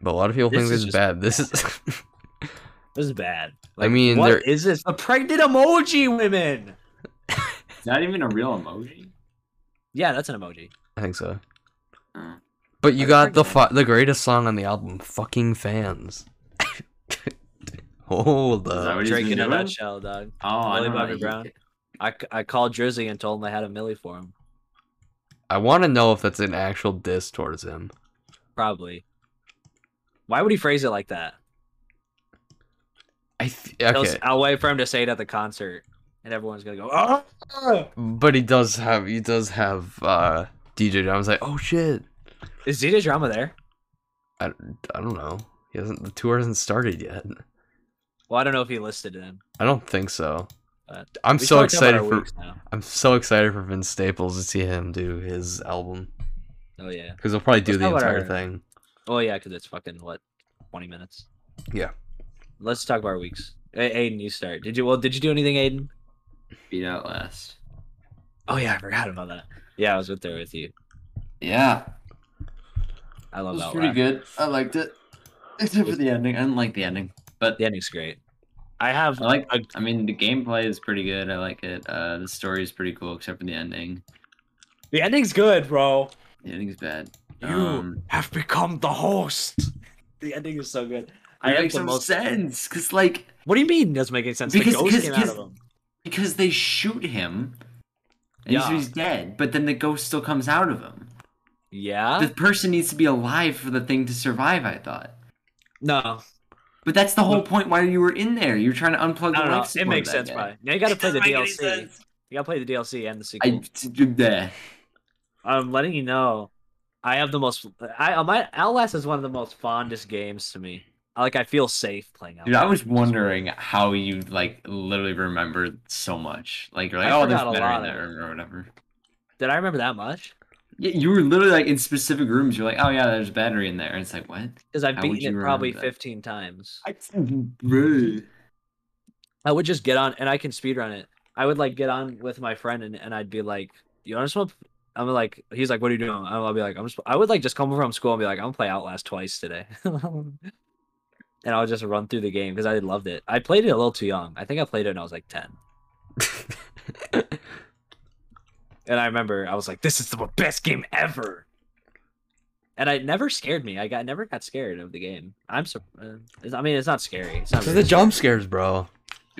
Speaker 1: But a lot of people
Speaker 2: This
Speaker 1: think
Speaker 2: is
Speaker 1: this is
Speaker 2: just
Speaker 1: bad. This is
Speaker 2: This is bad.
Speaker 1: I mean,
Speaker 2: what
Speaker 1: there-
Speaker 2: is this? A pregnant emoji, women.
Speaker 3: It's not even a real emoji.
Speaker 2: Yeah, that's an emoji.
Speaker 1: I think so.
Speaker 3: Mm.
Speaker 1: But you
Speaker 2: I
Speaker 1: got the
Speaker 2: forget.
Speaker 1: fu- the greatest song on the album, "Fucking Fans." Hold
Speaker 3: Is that
Speaker 1: up.
Speaker 3: what he's
Speaker 2: Drake
Speaker 3: been
Speaker 2: in a
Speaker 3: doing?
Speaker 2: nutshell, dog.
Speaker 3: Oh, I
Speaker 2: Millie
Speaker 3: don't know
Speaker 2: Bobby
Speaker 3: that he-
Speaker 2: Brown. I, c- I called Drizzy and told him I had a millie for him.
Speaker 1: I want to know if that's an actual diss towards him.
Speaker 2: Probably. Why would he phrase it like that?
Speaker 1: I th-
Speaker 2: He'll
Speaker 1: okay,
Speaker 2: s- I'll wait for him to say it at the concert, and everyone's gonna go, "Oh, oh,
Speaker 1: but he does have he does have uh DJ. I was like, oh shit,
Speaker 2: is DJ Drama there?"
Speaker 1: I don't know. He hasn't the tour hasn't started yet.
Speaker 2: Well, I don't know if he listed him.
Speaker 1: I don't think so.
Speaker 2: Uh,
Speaker 1: I'm so
Speaker 2: We should talk about
Speaker 1: excited
Speaker 2: our
Speaker 1: for
Speaker 2: weeks now.
Speaker 1: I'm so excited for Vince Staples to see him do his album
Speaker 2: Oh yeah.
Speaker 1: because they'll probably do
Speaker 2: Let's
Speaker 1: the
Speaker 2: talk about
Speaker 1: entire
Speaker 2: our-
Speaker 1: thing.
Speaker 2: Oh yeah, because it's fucking what, twenty minutes.
Speaker 1: Yeah.
Speaker 2: Let's talk about our weeks. A- Aiden, you start. Did you? Well, did you do anything, Aiden?
Speaker 3: Beat out last.
Speaker 2: Oh yeah, I forgot about that. Yeah, I was with there with you.
Speaker 3: Yeah,
Speaker 2: I
Speaker 3: it
Speaker 2: love
Speaker 3: was
Speaker 2: that.
Speaker 3: pretty good. I liked it, except for the ending. I didn't like the ending, but
Speaker 2: The ending's great. I have
Speaker 3: I like.
Speaker 2: a
Speaker 3: I mean, the gameplay is pretty good. I like it. Uh, the story is pretty cool, except for the ending.
Speaker 2: The ending's good, bro.
Speaker 3: The ending's bad.
Speaker 2: You
Speaker 3: Um,
Speaker 2: have become the host. The ending is so good. I
Speaker 3: It
Speaker 2: have
Speaker 3: makes
Speaker 2: the
Speaker 3: no
Speaker 2: most.
Speaker 3: sense because like
Speaker 2: What do you mean? Doesn't make any sense.
Speaker 3: Because-
Speaker 2: the ghost
Speaker 3: because-
Speaker 2: came out
Speaker 3: because-
Speaker 2: of him.
Speaker 3: because they shoot him, and
Speaker 2: Yeah.
Speaker 3: so he's dead. But then the ghost still comes out of him.
Speaker 2: Yeah.
Speaker 3: The person needs to be alive for the thing to survive. I thought.
Speaker 2: no.
Speaker 3: But that's the whole point. Why you were in there? You were trying to
Speaker 2: I
Speaker 3: unplug the
Speaker 2: don't know.
Speaker 3: life
Speaker 2: It
Speaker 3: support
Speaker 2: makes
Speaker 3: of that
Speaker 2: sense,
Speaker 3: guy.
Speaker 2: probably. Now you got to
Speaker 3: It
Speaker 2: play the
Speaker 3: doesn't make any
Speaker 2: DLC.
Speaker 3: sense.
Speaker 2: You got to play the DLC and the sequel.
Speaker 3: I bleh.
Speaker 2: I'm letting you know, I have the most. I uh, my Outlast is one of the most fondest games to me. I- Like I feel safe playing
Speaker 3: Dude, I
Speaker 2: Outlast.
Speaker 3: was wondering how you like literally remembered so much. Like you're
Speaker 2: I
Speaker 3: like, oh, there's
Speaker 2: forgot a
Speaker 3: better
Speaker 2: lot
Speaker 3: in
Speaker 2: of
Speaker 3: there or whatever.
Speaker 2: Did I remember that much?
Speaker 3: Yeah, you were literally like in specific rooms. You're like, oh yeah, there's battery in there. And it's like, what?
Speaker 2: Because I've
Speaker 3: How would you
Speaker 2: beaten it
Speaker 3: remember
Speaker 2: probably
Speaker 3: that?
Speaker 2: 15 times.
Speaker 3: I, bro.
Speaker 2: I would just get on, and I can speedrun it. I would like get on with my friend, and, and I'd be like, "You want to smoke?" I'm like, he's like, "What are you doing?" I'll I'll be like, "I'm just." I would like just come home from school and be like, "I'm gonna play Outlast twice today," and I'll just run through the game because I loved it. I played it a little too young. I think I played it when I was like 10. And I remember I was like, "This is the best game ever," and it never scared me. I got never got scared of the game. I'm sur- uh, it's- I mean, it's not scary. It's not
Speaker 1: Because
Speaker 2: really
Speaker 1: the jump scares, bro.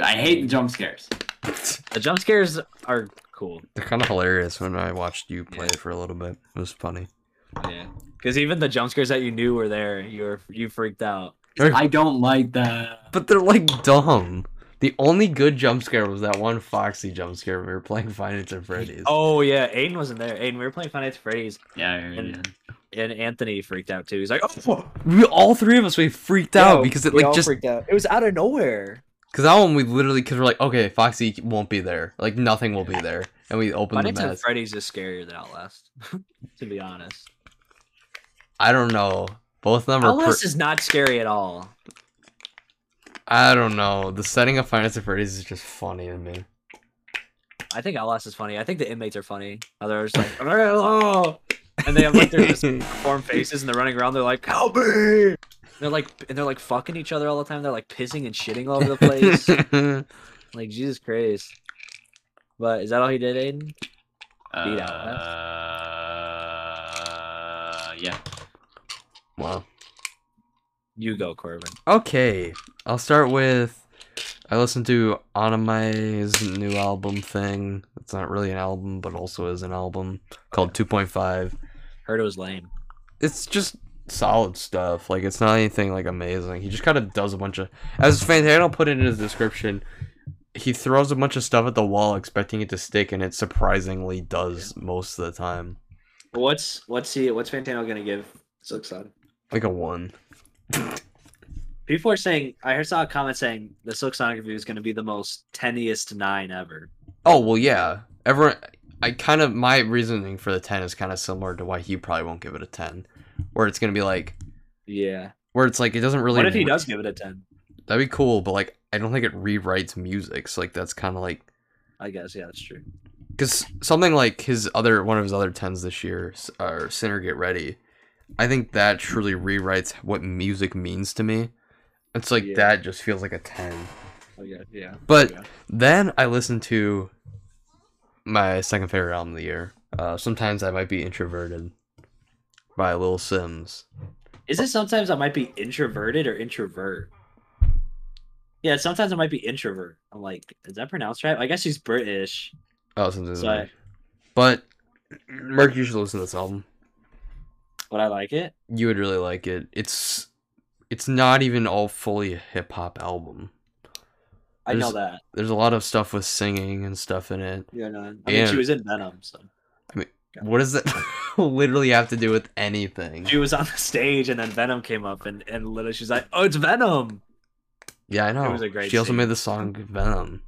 Speaker 3: I hate jump scares.
Speaker 2: scary. The jump scares are cool.
Speaker 1: They're kind of hilarious when I watched you play it for a little bit. It was funny.
Speaker 2: Yeah, because even the jump scares that you knew were there, you were you freaked out.
Speaker 3: I don't like that.
Speaker 1: But they're like dumb. The only good jump scare was that one Foxy jump scare when we were playing Finance and Freddy's.
Speaker 2: Oh yeah, Aiden wasn't there. Aiden, we were playing Five Nights at Freddy's,
Speaker 3: Yeah, yeah, yeah.
Speaker 2: and Anthony freaked out too. He's like, "Oh,
Speaker 1: We all three of us we freaked out because it like just
Speaker 2: out. It was out of nowhere."
Speaker 1: because that one we literally because we're like okay Foxy won't be there like nothing will be there and we
Speaker 2: Five
Speaker 1: opened the
Speaker 2: Nights at
Speaker 1: mess.
Speaker 2: Freddy's is scarier than Outlast, to be honest.
Speaker 1: I don't know. Both of them are.
Speaker 2: Outlast
Speaker 1: Pre-
Speaker 2: is not scary at all.
Speaker 1: I don't know. The setting of Finance and Freddy's is just funny to me.
Speaker 2: I think Outlast is funny. I think the inmates are funny. How They're just like, "Oh," and they have like their just form faces, and they're running around. They're like, "Help me!" And They're like, and they're like fucking each other all the time. They're like pissing and shitting all over the place. Like Jesus Christ. But is that all he did, Aiden? Beat Outlast.
Speaker 3: Uh, yeah.
Speaker 1: wow.
Speaker 2: You go, Corbin.
Speaker 1: Okay, I'll start with. I listened to Anime's new album thing. It's not really an album, but also is an album called 2.5.
Speaker 2: Heard it was lame.
Speaker 1: It's just solid stuff. Like it's not anything like amazing. He just kind of does a bunch of. As Fantano put it in his description, he throws a bunch of stuff at the wall, expecting it to stick, and it surprisingly does most of the time.
Speaker 2: What's what's he what's Fantano gonna give Silkside?
Speaker 1: Like a one.
Speaker 2: People are saying I heard saw a comment saying the Silk Sonic review is gonna be the most teniest nine ever.
Speaker 1: Oh well, yeah. Everyone, I kind of my reasoning for the ten is kind of similar to why he probably won't give it a ten, where it's gonna be like,
Speaker 2: Yeah.
Speaker 1: where it's like it doesn't really.
Speaker 2: What if he does give it a ten?
Speaker 1: That'd be cool, but like I don't think it rewrites music, so like that's kind of like
Speaker 2: I guess, yeah, that's true.
Speaker 1: because something like his other one of his other tens this year, s- or Sinner Get Ready, I think that truly rewrites what music means to me. It's like
Speaker 2: Yeah.
Speaker 1: that just feels like a ten.
Speaker 2: Oh yeah, yeah.
Speaker 1: But
Speaker 2: Yeah.
Speaker 1: then I listened to my second favorite album of the year. Uh, sometimes I might be introverted by Lil Sims.
Speaker 2: Is it sometimes I might be introverted or introvert? Yeah, sometimes I might be introvert. I'm like, is that pronounced right? I guess he's British.
Speaker 1: Oh, sometimes. I-
Speaker 2: Sorry.
Speaker 1: But Merc, you should listen to this album.
Speaker 2: Would I like it?
Speaker 1: You would really like it. It's it's not even all fully a hip hop album.
Speaker 2: I know
Speaker 1: There's-
Speaker 2: that.
Speaker 1: There's a lot of stuff with singing and stuff in it.
Speaker 2: Yeah, no. I mean, she
Speaker 1: And-
Speaker 2: was in Venom, so
Speaker 1: What does that literally have to do with anything?
Speaker 2: she was on the stage, and then Venom came up, and and literally she's like, "Oh, it's Venom,
Speaker 1: Yeah, I know.
Speaker 2: was a great
Speaker 1: she also
Speaker 2: scene.
Speaker 1: made the song Venom.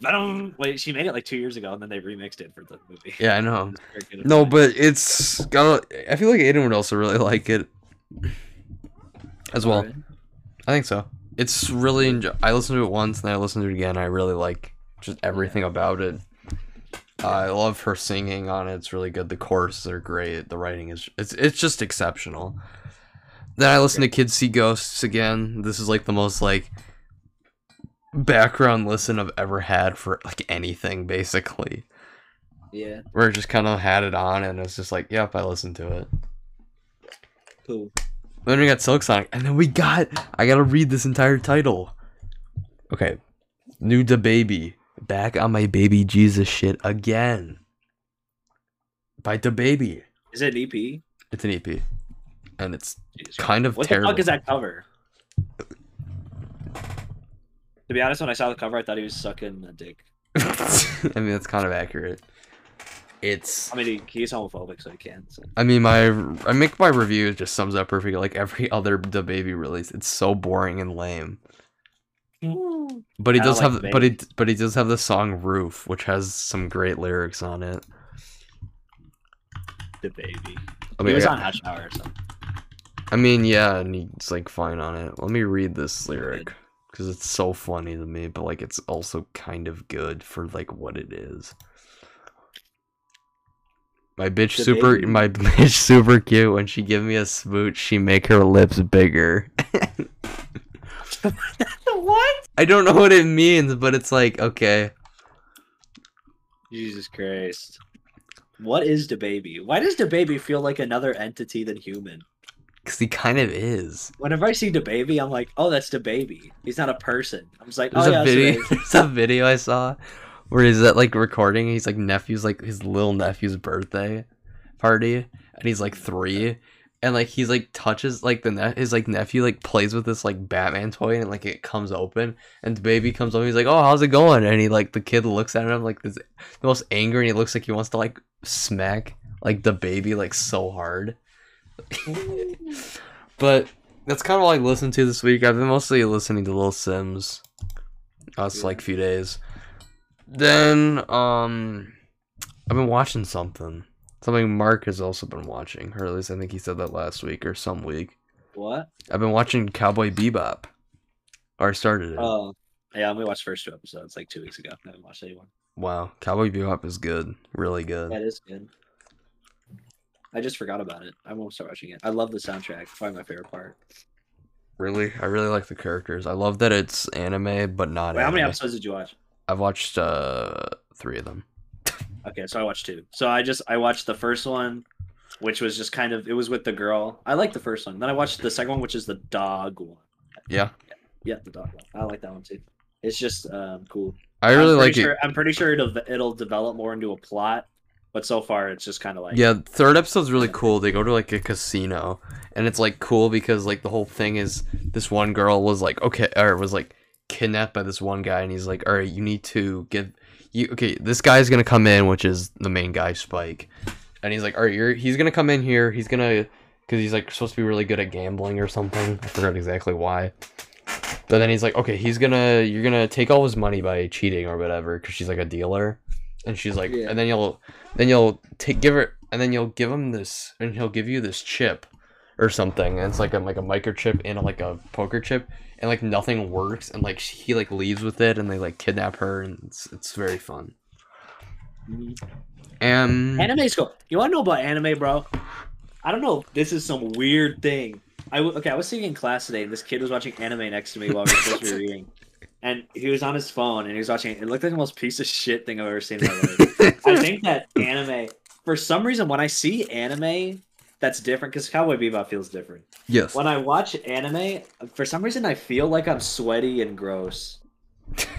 Speaker 2: Venom." Wait, she made it like two years ago, and then they remixed it for the movie.
Speaker 1: Yeah, I know.
Speaker 2: It's very good.
Speaker 1: No, but it's got. I feel like Aiden would also really like it, as well.
Speaker 2: Alright.
Speaker 1: I think so. It's really. Enjo- I listened to it once, and then I listened to it again. I really like just everything about it. I love her singing on it. It's really good. The choruses are great. The writing is. It's it's just exceptional. Then I listened to Kids See Ghosts again. This is like the most like background listen I've ever had for like anything basically
Speaker 2: yeah,
Speaker 1: where it just kind of had it on and it's just like, yep, I listened to it.
Speaker 2: cool.
Speaker 1: Then we got Silk Sonic, and then we got I gotta read this entire title. Okay, new da baby back on my baby Jesus shit again. By da baby,
Speaker 2: Is it an E EP?
Speaker 1: it's an EP, and it's
Speaker 2: Jeez.
Speaker 1: kind of
Speaker 2: What
Speaker 1: terrible.
Speaker 2: the fuck is that cover? To be honest, when I saw the cover, I thought he was sucking a dick.
Speaker 1: I mean, that's kind of accurate. It's.
Speaker 2: I mean, he, he's homophobic, so he can. So.
Speaker 1: I mean, my I make my review just sums up perfectly. Like every other da baby release, it's so boring and lame.
Speaker 2: Hmm.
Speaker 1: But he
Speaker 2: Kinda
Speaker 1: does
Speaker 2: like
Speaker 1: have, but he but he does have the song "Roof," which has some great lyrics on it.
Speaker 2: The baby.
Speaker 1: I
Speaker 2: he
Speaker 1: mean,
Speaker 2: was
Speaker 1: I,
Speaker 2: on Hot Shower or something.
Speaker 1: I mean, yeah, and he's like fine on it. Let me read this lyric because it's so funny to me, but like it's also kind of good for like what it is. My bitch
Speaker 2: The
Speaker 1: super,
Speaker 2: baby.
Speaker 1: my bitch super cute. When she give me a smooch, she make her lips bigger.
Speaker 2: what?
Speaker 1: I don't know what it means, but it's like okay.
Speaker 2: Jesus Christ. What is the baby? Why does the baby feel like another entity than human?
Speaker 1: Cause he kind of is.
Speaker 2: Whenever I see the baby, I'm like, oh, that's the baby. He's not a person. I'm just like,
Speaker 1: There's
Speaker 2: oh,
Speaker 1: a
Speaker 2: yeah,
Speaker 1: video.
Speaker 2: that's the baby.
Speaker 1: There's a video I saw where he's at like recording. He's like nephew's like his little nephew's birthday party, and he's like three, and like he's like touches like the ne- his like nephew like plays with this like Batman toy, and like it comes open, and the baby comes over. He's like, "Oh, how's it going?" And he like the kid looks at him like this, the most angry, and he looks like he wants to like smack like the baby like so hard. but that's kind of all I listened to this week. I've been mostly listening to Little Sims. That's like few days. Then um, I've been watching something. Something Mark has also been watching, or at least I think he said that last week or some week.
Speaker 2: What?
Speaker 1: I've been watching Cowboy Bebop, or I started it.
Speaker 2: Oh. Yeah, we watched first two episodes like two weeks ago. I haven't watched anyone.
Speaker 1: wow, Cowboy Bebop is good, really good.
Speaker 2: That is good. I just forgot about it. I won't start watching it. I love the soundtrack. Probably my favorite part.
Speaker 1: Really, I really like the characters. I love that it's anime, but not.
Speaker 2: Wait, how many
Speaker 1: anime.
Speaker 2: episodes did you watch?
Speaker 1: I've watched uh three of them.
Speaker 2: Okay, so I watched two. So I just I watched the first one, which was just kind of it was with the girl. I like the first one. Then I watched the second one, which is the dog one.
Speaker 1: Yeah.
Speaker 2: Yeah, the dog one. I like that one too. It's just um, cool.
Speaker 1: I really like it.
Speaker 2: I'm pretty sure it'll it'll develop more into a plot, but so far it's just kind of like
Speaker 1: yeah, third episode's really cool. They go to like a casino, and it's like cool because like the whole thing is this one girl was like okay, or was like kidnapped by this one guy, and he's like, all right, you need to get you okay. This guy's gonna come in, which is the main guy, Spike, and he's like, all right, you're he's gonna come in here. He's gonna because he's like supposed to be really good at gambling or something. I forgot exactly why. But then he's like, okay, he's gonna you're gonna take all his money by cheating or whatever, because she's like a dealer, and she's like,
Speaker 2: Yeah.
Speaker 1: and then you'll then you'll take give her and then you'll give him this and he'll give you this chip or something and it's like a like a microchip and like a poker chip and like nothing works and like he like leaves with it and they like kidnap her and it's, it's very fun and
Speaker 2: Anime's cool. You want to know about anime, bro? I don't know. if This is some weird thing. I w- okay. I was sitting in class today, and this kid was watching anime next to me while we were supposed to be reading, and he was on his phone and he was watching. It It looked like the most piece of shit thing I've ever seen in my life. I think that anime, for some reason, when I see anime, that's different because Cowboy Bebop feels different.
Speaker 1: yes
Speaker 2: When I watch anime, for some reason, I feel like I'm sweaty and gross.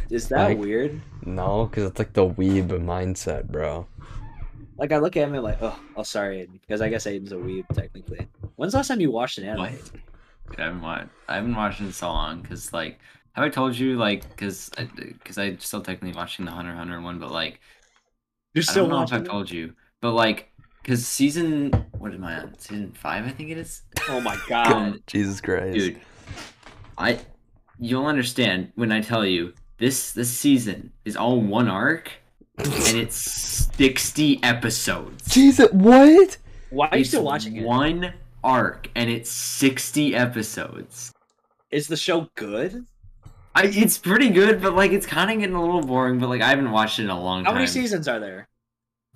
Speaker 2: Is that
Speaker 1: Like-
Speaker 2: weird?
Speaker 1: no because it's like the weeb mindset bro
Speaker 2: Like I look at him and like, oh, oh, sorry, Aiden, because I guess Aiden's a weeb technically. When's the last time you watched an anime?
Speaker 3: What? Dude, I haven't watched. I haven't watched in so long because like, have I told you like because because I'm still technically watching the Hunter x Hunter one, but like
Speaker 2: You're
Speaker 3: I don't know if I told you, but like because season what am I on? Season five, I think it is.
Speaker 2: Oh my
Speaker 3: Um,
Speaker 2: god,
Speaker 1: jesus christ
Speaker 3: dude, I you'll understand when I tell you this. This season is all one arc, and it's sixty episodes.
Speaker 1: jesus what
Speaker 2: why are you
Speaker 3: It's
Speaker 2: still watching it?
Speaker 3: One arc, and it's sixty episodes.
Speaker 2: Is the show good?
Speaker 3: I, it's pretty good, but like it's kind of getting a little boring. But like I haven't watched it in a long
Speaker 2: How
Speaker 3: time.
Speaker 2: many seasons are there?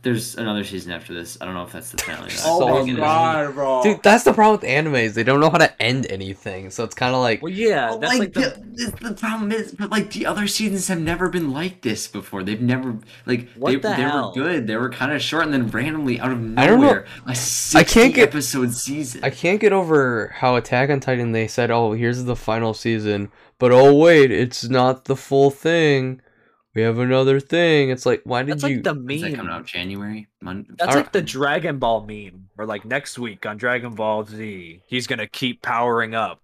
Speaker 3: There's another season after this. I don't know if that's the finale. or not.
Speaker 1: Oh
Speaker 3: They're
Speaker 1: my
Speaker 3: gonna-
Speaker 4: god,
Speaker 2: Oh.
Speaker 4: bro.
Speaker 1: Dude, that's the problem with animes. They don't know how to end anything. So it's kind of like
Speaker 2: Well, yeah,
Speaker 3: But,
Speaker 2: Uh, that's like, the,
Speaker 3: the, the, the problem is, but like the other seasons have never been like this before. They've never like
Speaker 2: What
Speaker 3: they,
Speaker 2: the
Speaker 3: they
Speaker 2: hell?
Speaker 3: were good. They were kind of short, and then randomly out of
Speaker 1: I don't know.
Speaker 3: nowhere, a
Speaker 1: I can't get-
Speaker 3: episode season.
Speaker 1: I can't get over how Attack on Titan they said, "Oh, here's the final season," but oh wait, it's not the full thing. We have another thing. It's like, why did
Speaker 2: that's
Speaker 1: you?
Speaker 2: like the
Speaker 3: Is that coming
Speaker 2: meme.
Speaker 3: out January? Mon-
Speaker 2: That's
Speaker 1: Alright.
Speaker 2: like the Dragon Ball meme, or like next week on Dragon Ball Z, he's gonna keep powering up,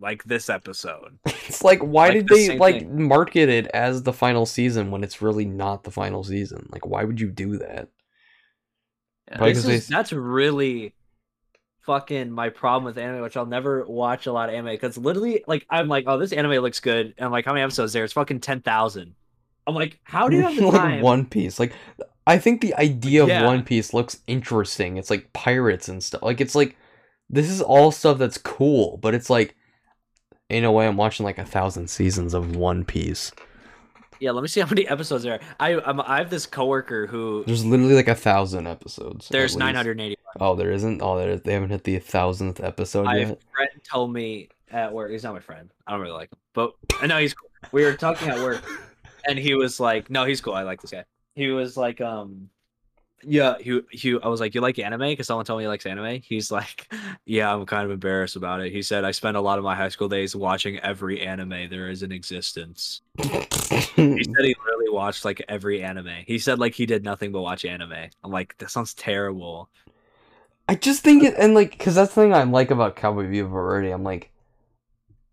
Speaker 2: like this episode.
Speaker 1: It's like, why
Speaker 2: like
Speaker 1: did
Speaker 2: the
Speaker 1: they
Speaker 2: same
Speaker 1: like
Speaker 2: thing.
Speaker 1: market it as the final season when it's really not the final season? Like, why would you do that?
Speaker 3: Yeah.
Speaker 1: Probably
Speaker 2: This
Speaker 1: 'cause they
Speaker 2: is-
Speaker 1: s-
Speaker 2: that's really fucking my problem with anime, which I'll never watch a lot of anime because literally, like, I'm like, oh, this anime looks good, and I'm like, how many episodes there? It's fucking ten thousand. I'm like, how do you have the
Speaker 1: like
Speaker 2: time?
Speaker 1: One Piece. Like, I think the idea
Speaker 2: Yeah.
Speaker 1: of One Piece looks interesting. It's like pirates and stuff. Like, it's like this is all stuff that's cool, but it's like, in a way, I'm watching like a thousand seasons of One Piece.
Speaker 2: Yeah, let me see how many episodes there. Are. I I'm, I have this coworker who
Speaker 1: There's literally like a thousand episodes. at
Speaker 2: there's
Speaker 1: least.
Speaker 2: 980.
Speaker 1: Oh, there isn't. Oh, there is. They haven't hit the thousandth episode
Speaker 2: My
Speaker 1: yet.
Speaker 2: friend told me at work. He's not my friend. I don't really like him, but I know he's. cool. We were talking at work, and he was like, "No, he's cool. I like this guy." He was like, "Um, yeah." He, he I was like, "You like anime?" Because someone told me he likes anime. He's like, "Yeah, I'm kind of embarrassed about it." He said, "I spent a lot of my high school days watching every anime there is in existence." He
Speaker 1: Hmm.
Speaker 2: said he literally watched like every anime. He said like he did nothing but watch anime. I'm like, that sounds terrible.
Speaker 1: I just think it, and like, cause that's the thing I like about Cowboy Viva Verde. I'm like,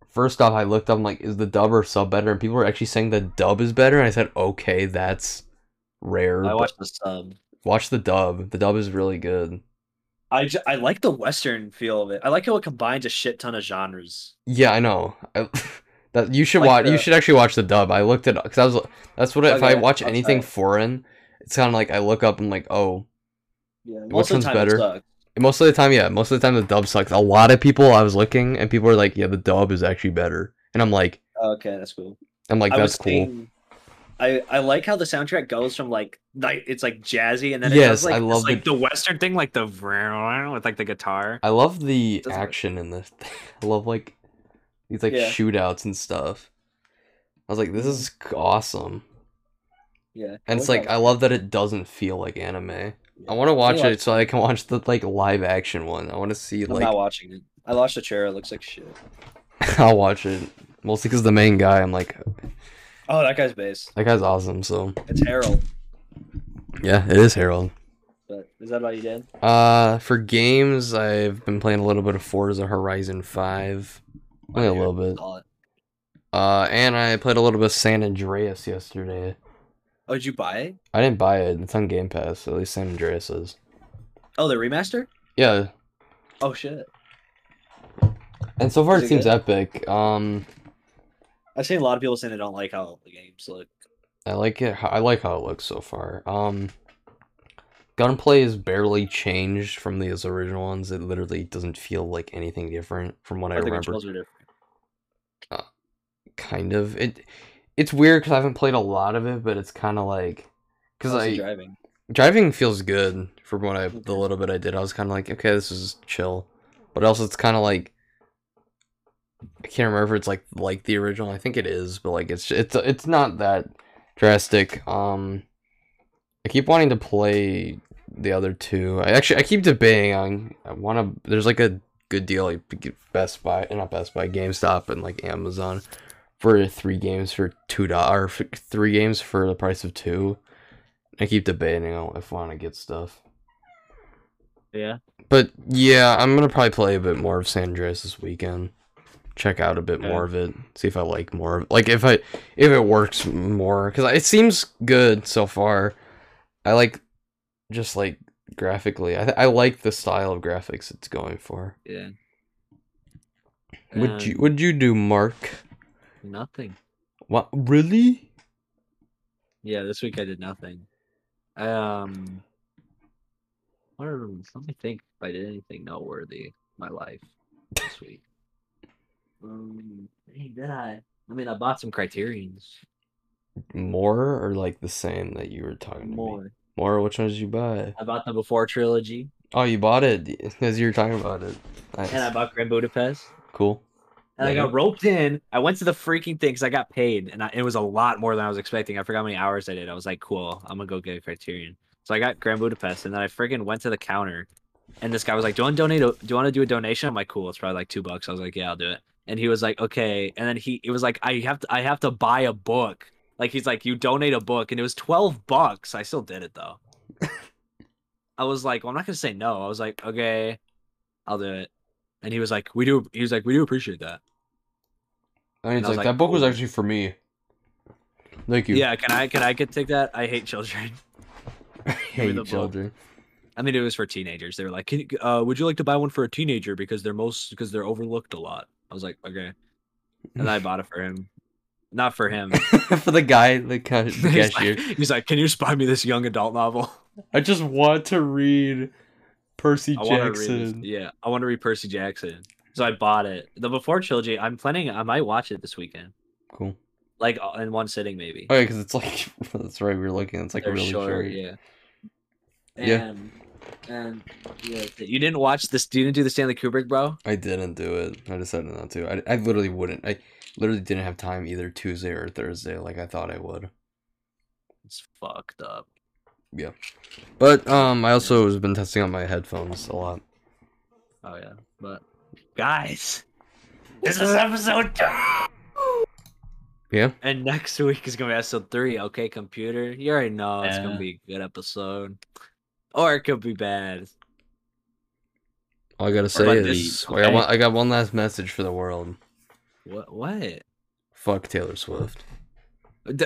Speaker 1: first off, I looked up, I'm like, is the dub or sub better? And people were actually saying the dub is better. And I said, okay, that's rare.
Speaker 2: I
Speaker 1: but
Speaker 2: watched the sub.
Speaker 1: watch the dub. The dub is really good.
Speaker 2: I, ju- I like the western feel of it. I like how it combines a shit ton of genres.
Speaker 1: Yeah, I know. I, that you should
Speaker 2: Like
Speaker 1: watch. You
Speaker 2: the-
Speaker 1: should actually watch the dub. I looked it up because I was. That's what if I
Speaker 2: Okay,
Speaker 1: watch
Speaker 2: I'll try
Speaker 1: anything
Speaker 2: it.
Speaker 1: foreign, it's kind of like I look up and like, oh,
Speaker 2: Yeah,
Speaker 1: Which
Speaker 2: most of
Speaker 1: one's
Speaker 2: the time
Speaker 1: better?
Speaker 2: it sucks.
Speaker 1: And Most of the time, yeah. Most of the time, the dub sucks. A lot of people I was looking, and people are like, "Yeah, the dub is actually better." And I'm like,
Speaker 2: Oh, okay, that's cool.
Speaker 1: I'm like,
Speaker 2: I was
Speaker 1: that's cool.
Speaker 2: seeing- I, I like how the soundtrack goes from like like it's like jazzy and then it
Speaker 1: Yes,
Speaker 2: does, like,
Speaker 1: I
Speaker 2: this,
Speaker 1: love
Speaker 2: like
Speaker 1: the-
Speaker 2: the... western thing like the with like the guitar.
Speaker 1: I love the
Speaker 2: Doesn't it?
Speaker 1: action in this. I love like these like
Speaker 2: Yeah.
Speaker 1: shootouts and stuff. I was like, this is
Speaker 2: Mm.
Speaker 1: awesome,
Speaker 2: Yeah,
Speaker 1: and it's like I love that it doesn't feel like anime. I want to watch
Speaker 2: watch
Speaker 1: it so I can watch the like live action one. I want to see
Speaker 2: I'm
Speaker 1: like
Speaker 2: not watching it. I watched the chair. It looks like shit.
Speaker 1: I'll watch it mostly because the main guy. I'm like,
Speaker 2: Oh, that guy's bass.
Speaker 1: that guy's awesome. So
Speaker 2: It's Harold.
Speaker 1: yeah, it is Harold.
Speaker 2: But is that all you did?
Speaker 1: Uh, for games, I've been playing a little bit of Forza Horizon Five, only a little bit.
Speaker 2: Solid.
Speaker 1: Uh, and I played a little bit of San Andreas yesterday.
Speaker 2: Oh, did you buy it?
Speaker 1: I didn't buy it; it's on Game Pass. At least San Andreas is.
Speaker 2: Oh, the remaster.
Speaker 1: Yeah,
Speaker 2: Oh shit!
Speaker 1: and so far
Speaker 2: Is
Speaker 1: it
Speaker 2: it
Speaker 1: seems
Speaker 2: good?
Speaker 1: epic. Um,
Speaker 2: I've seen a lot of people saying they don't like how the games look.
Speaker 1: I like it. I like how it looks so far. Um, gunplay is barely changed from these original ones. It literally doesn't feel like anything different from what I
Speaker 2: But the
Speaker 1: remember.
Speaker 2: controls are different.
Speaker 1: Kind of it. It's weird because I haven't played a lot of it, but it's kind of like because
Speaker 2: How's the
Speaker 1: I
Speaker 2: driving.
Speaker 1: driving feels good from what I
Speaker 2: Okay.
Speaker 1: the little bit I did. I was kind of like, okay, this is chill, but also it's kind of like I can't remember if it's like like the original. I think it is, but like it's it's it's not that drastic. Um, I keep wanting to play the other two. I actually I keep debating on I want to. There's like a good deal like Best Buy, uh, not Best Buy, GameStop, and like Amazon for three games for two dollars, three games for the price of two. I keep debating on if I want to get stuff,
Speaker 2: Yeah.
Speaker 1: but yeah, I'm gonna probably play a bit more of San Andreas this weekend. Check out a bit
Speaker 2: Okay.
Speaker 1: more of it, see if I like more. Of, like if I if it works more, because it seems good so far. I like just like graphically. I I like the style of graphics it's going for.
Speaker 2: Yeah.
Speaker 1: Would you Would you do, Mark?
Speaker 2: Nothing.
Speaker 1: What really?
Speaker 2: Yeah, this week I did nothing. Um, or let me think if I did anything noteworthy in my life this week. Um, dang, did I? I mean, I bought some Criterion's
Speaker 1: More or like the same that you were talking to me?
Speaker 2: more.
Speaker 1: Mara, which one did you buy?
Speaker 2: I bought the Before trilogy,
Speaker 1: Oh, you bought it because you were talking about it. Nice.
Speaker 2: and I bought Grand Budapest.
Speaker 1: cool.
Speaker 2: And I
Speaker 1: Yeah.
Speaker 2: got roped in. I went to the freaking thing because I got paid, and I, it was a lot more than I was expecting. I forgot how many hours I did. I was like, "Cool, I'm gonna go get a Criterion." So I got Grand Budapest, and then I freaking went to the counter, and this guy was like, "Do you want to donate? A, do you want to do a donation?" I'm like, "Cool, it's probably like two bucks." I was like, "Yeah, I'll do it." And he was like, "Okay," and then he it was like, "I have to I have to buy a book." Like he's like, "You donate a book," and it was twelve bucks. I still did it though. I was like, "Well, I'm not gonna say no." I was like, "Okay, I'll do it." And he was like, "We do." He was like, "We do appreciate that."
Speaker 1: I mean,
Speaker 2: And
Speaker 1: it's
Speaker 2: I was
Speaker 1: like,
Speaker 2: like,
Speaker 1: that book was
Speaker 2: "Ooh."
Speaker 1: actually for me. Thank you.
Speaker 2: Yeah, can I can I get take that? I hate children.
Speaker 1: I
Speaker 2: me
Speaker 1: hate
Speaker 2: the book.
Speaker 1: children.
Speaker 2: I mean, it was for teenagers. They were like, can you, uh, "Would you like to buy one for a teenager because they're most because they're overlooked a lot?" I was like, "Okay," and I bought it for him, not for him.
Speaker 1: for the guy, the, ca- the
Speaker 2: he's,
Speaker 1: cashier.
Speaker 2: like, he's like, "Can you just buy me this young adult novel?"
Speaker 1: I just want to read Percy
Speaker 2: I want to read. This.
Speaker 1: Jackson.
Speaker 2: Yeah, I want to read Percy Jackson, so I bought it. The Before trilogy. I'm planning. I might watch it this weekend,
Speaker 1: Cool.
Speaker 2: like all- in one sitting, maybe.
Speaker 1: Oh yeah, because it's like that's right. We were looking. It's like
Speaker 2: They're
Speaker 1: really short.
Speaker 2: Yeah.
Speaker 1: Yeah.
Speaker 2: And, and yeah, you didn't watch this. You didn't do the Stanley Kubrick, bro.
Speaker 1: I didn't do it. I decided not to. I, I literally wouldn't. I literally didn't have time either Tuesday or Thursday like I thought I would.
Speaker 2: It's fucked up.
Speaker 1: But um, I also has been testing out my headphones a lot.
Speaker 2: Oh yeah, but guys, this is episode two.
Speaker 1: Yeah.
Speaker 2: And next week is gonna be episode three. Okay, computer, you already know it's
Speaker 3: Yeah.
Speaker 2: gonna be a good episode, or it could be bad.
Speaker 1: All I gotta say
Speaker 2: about
Speaker 1: is,
Speaker 3: this?
Speaker 1: I, got
Speaker 3: Okay.
Speaker 1: one, I got one last message for the world.
Speaker 2: What? What?
Speaker 1: Fuck Taylor Swift.
Speaker 2: D-